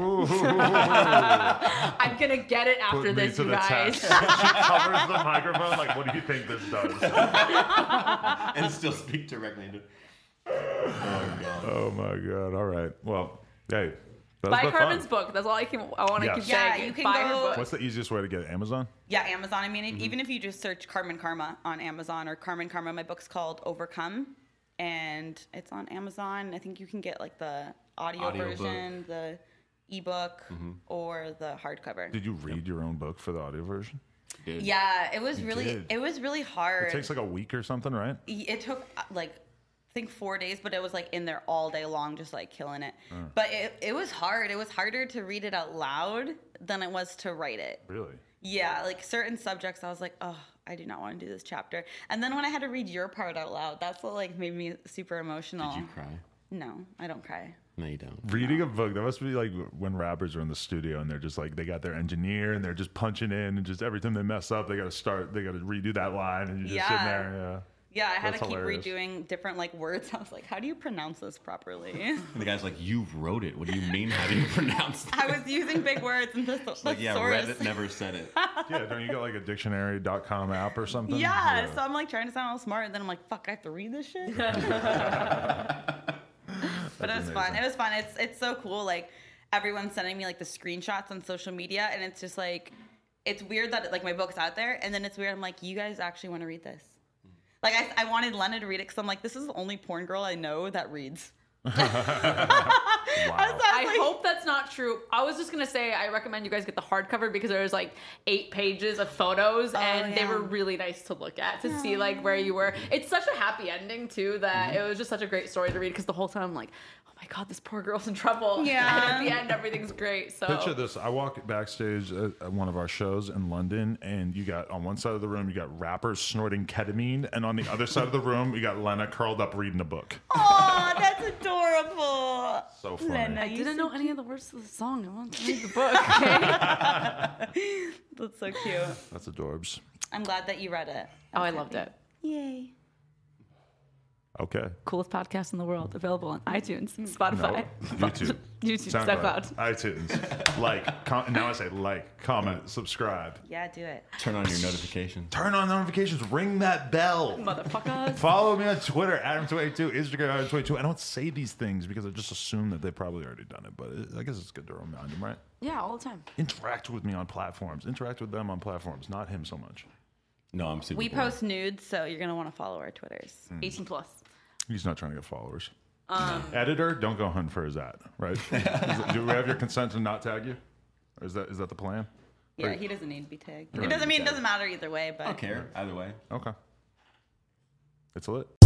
I'm gonna get it after Put me this, to you the guys. test. she covers the microphone. Like, what do you think this does? and still speak directly into it. Oh god. oh my god! All right. Well, hey, that was Buy about Carmen's fun. book. That's all I can. I want to Yes. keep Yeah, saying. you can Buy her go- book. What's the easiest way to get it? Amazon? Yeah, Amazon. I mean, Mm-hmm. it- even if you just search Carmen Karma on Amazon or Carmen Karma, my book's called Overcome, and it's on Amazon. I think you can get like the audio, Audiobook. version, the ebook, Mhm. or the hardcover. Did you read your own book for the audio version? Yeah, it was You really did. it was really hard. It takes like a week or something, right? Y- it took uh, like I think four days, but it was like in there all day long, just like killing it. Mm. But it, it was hard. It was harder to read it out loud than it was to write it. Really? Yeah, like certain subjects, I was like, oh, I do not want to do this chapter. And then when I had to read your part out loud, that's what like made me super emotional. Did you cry? No, I don't cry. No, you don't. Reading a book, that must be like when rappers are in the studio and they're just like, they got their engineer and they're just punching in and just every time they mess up, they got to start, they got to redo that line and you're just sitting Yeah. there. Yeah, I had That's to keep hilarious. redoing different like words. I was like, how do you pronounce this properly? And the guy's like, "You wrote it. What do you mean? How do you pronounce?" It? I was using big words and the, the Like, yeah, source. Reddit never said it. Yeah. yeah, don't you got like a dictionary.com app or something? Yeah, so I'm like trying to sound all smart, and then I'm like, fuck, I have to read this shit. but it was fun. It was fun. It's it's so cool. Like everyone's sending me like the screenshots on social media, and it's just like it's weird that like my book's out there, and then it's weird. I'm like, you guys actually want to read this? Like I, I wanted Lena to read it because I'm like, this is the only porn girl I know that reads. I hope that's not true. I was just gonna say I recommend you guys get the hardcover because there was like eight pages of photos and they were really nice to look at to see like where you were. It's such a happy ending too that Mm-hmm. it was just such a great story to read because the whole time I'm like, oh my god, this poor girl's in trouble. Yeah. And at the end, everything's great. So Picture this. I walk backstage at at one of our shows in London, and you got on one side of the room, you got rappers snorting ketamine, and on the other side of the room, you got Lena curled up reading a book. Oh, that's adorable. So funny. I you didn't should- know any of the words of the song. I wanted to read the book. That's so cute. That's adorbs. I'm glad that you read it. Oh, I loved it. Yay. Okay. Coolest podcast in the world, available on iTunes, Spotify, No, YouTube. YouTube, SoundCloud. iTunes. Like, com- now I say like, comment, subscribe. Yeah, do it. Turn on your notifications. Turn on notifications. Ring that bell. Motherfuckers. Follow me on Twitter, Adam22, Instagram, Adam22. I don't say these things because I just assume that they've probably already done it, but it, I guess it's good to remind them, right? Yeah, all the time. Interact with me on platforms. Interact with them on platforms, not him so much. No, I'm super. We post nudes, so you're gonna want to follow our Twitters. Mm. 18 plus. He's not trying to get followers. Um, Editor, don't go hunting for his at, right? Is it- do we have your consent to not tag you? Or is that is that the plan? Yeah, Or- he doesn't need to be tagged. Right. It doesn't mean it doesn't matter either way, but Either way. Okay. It's lit.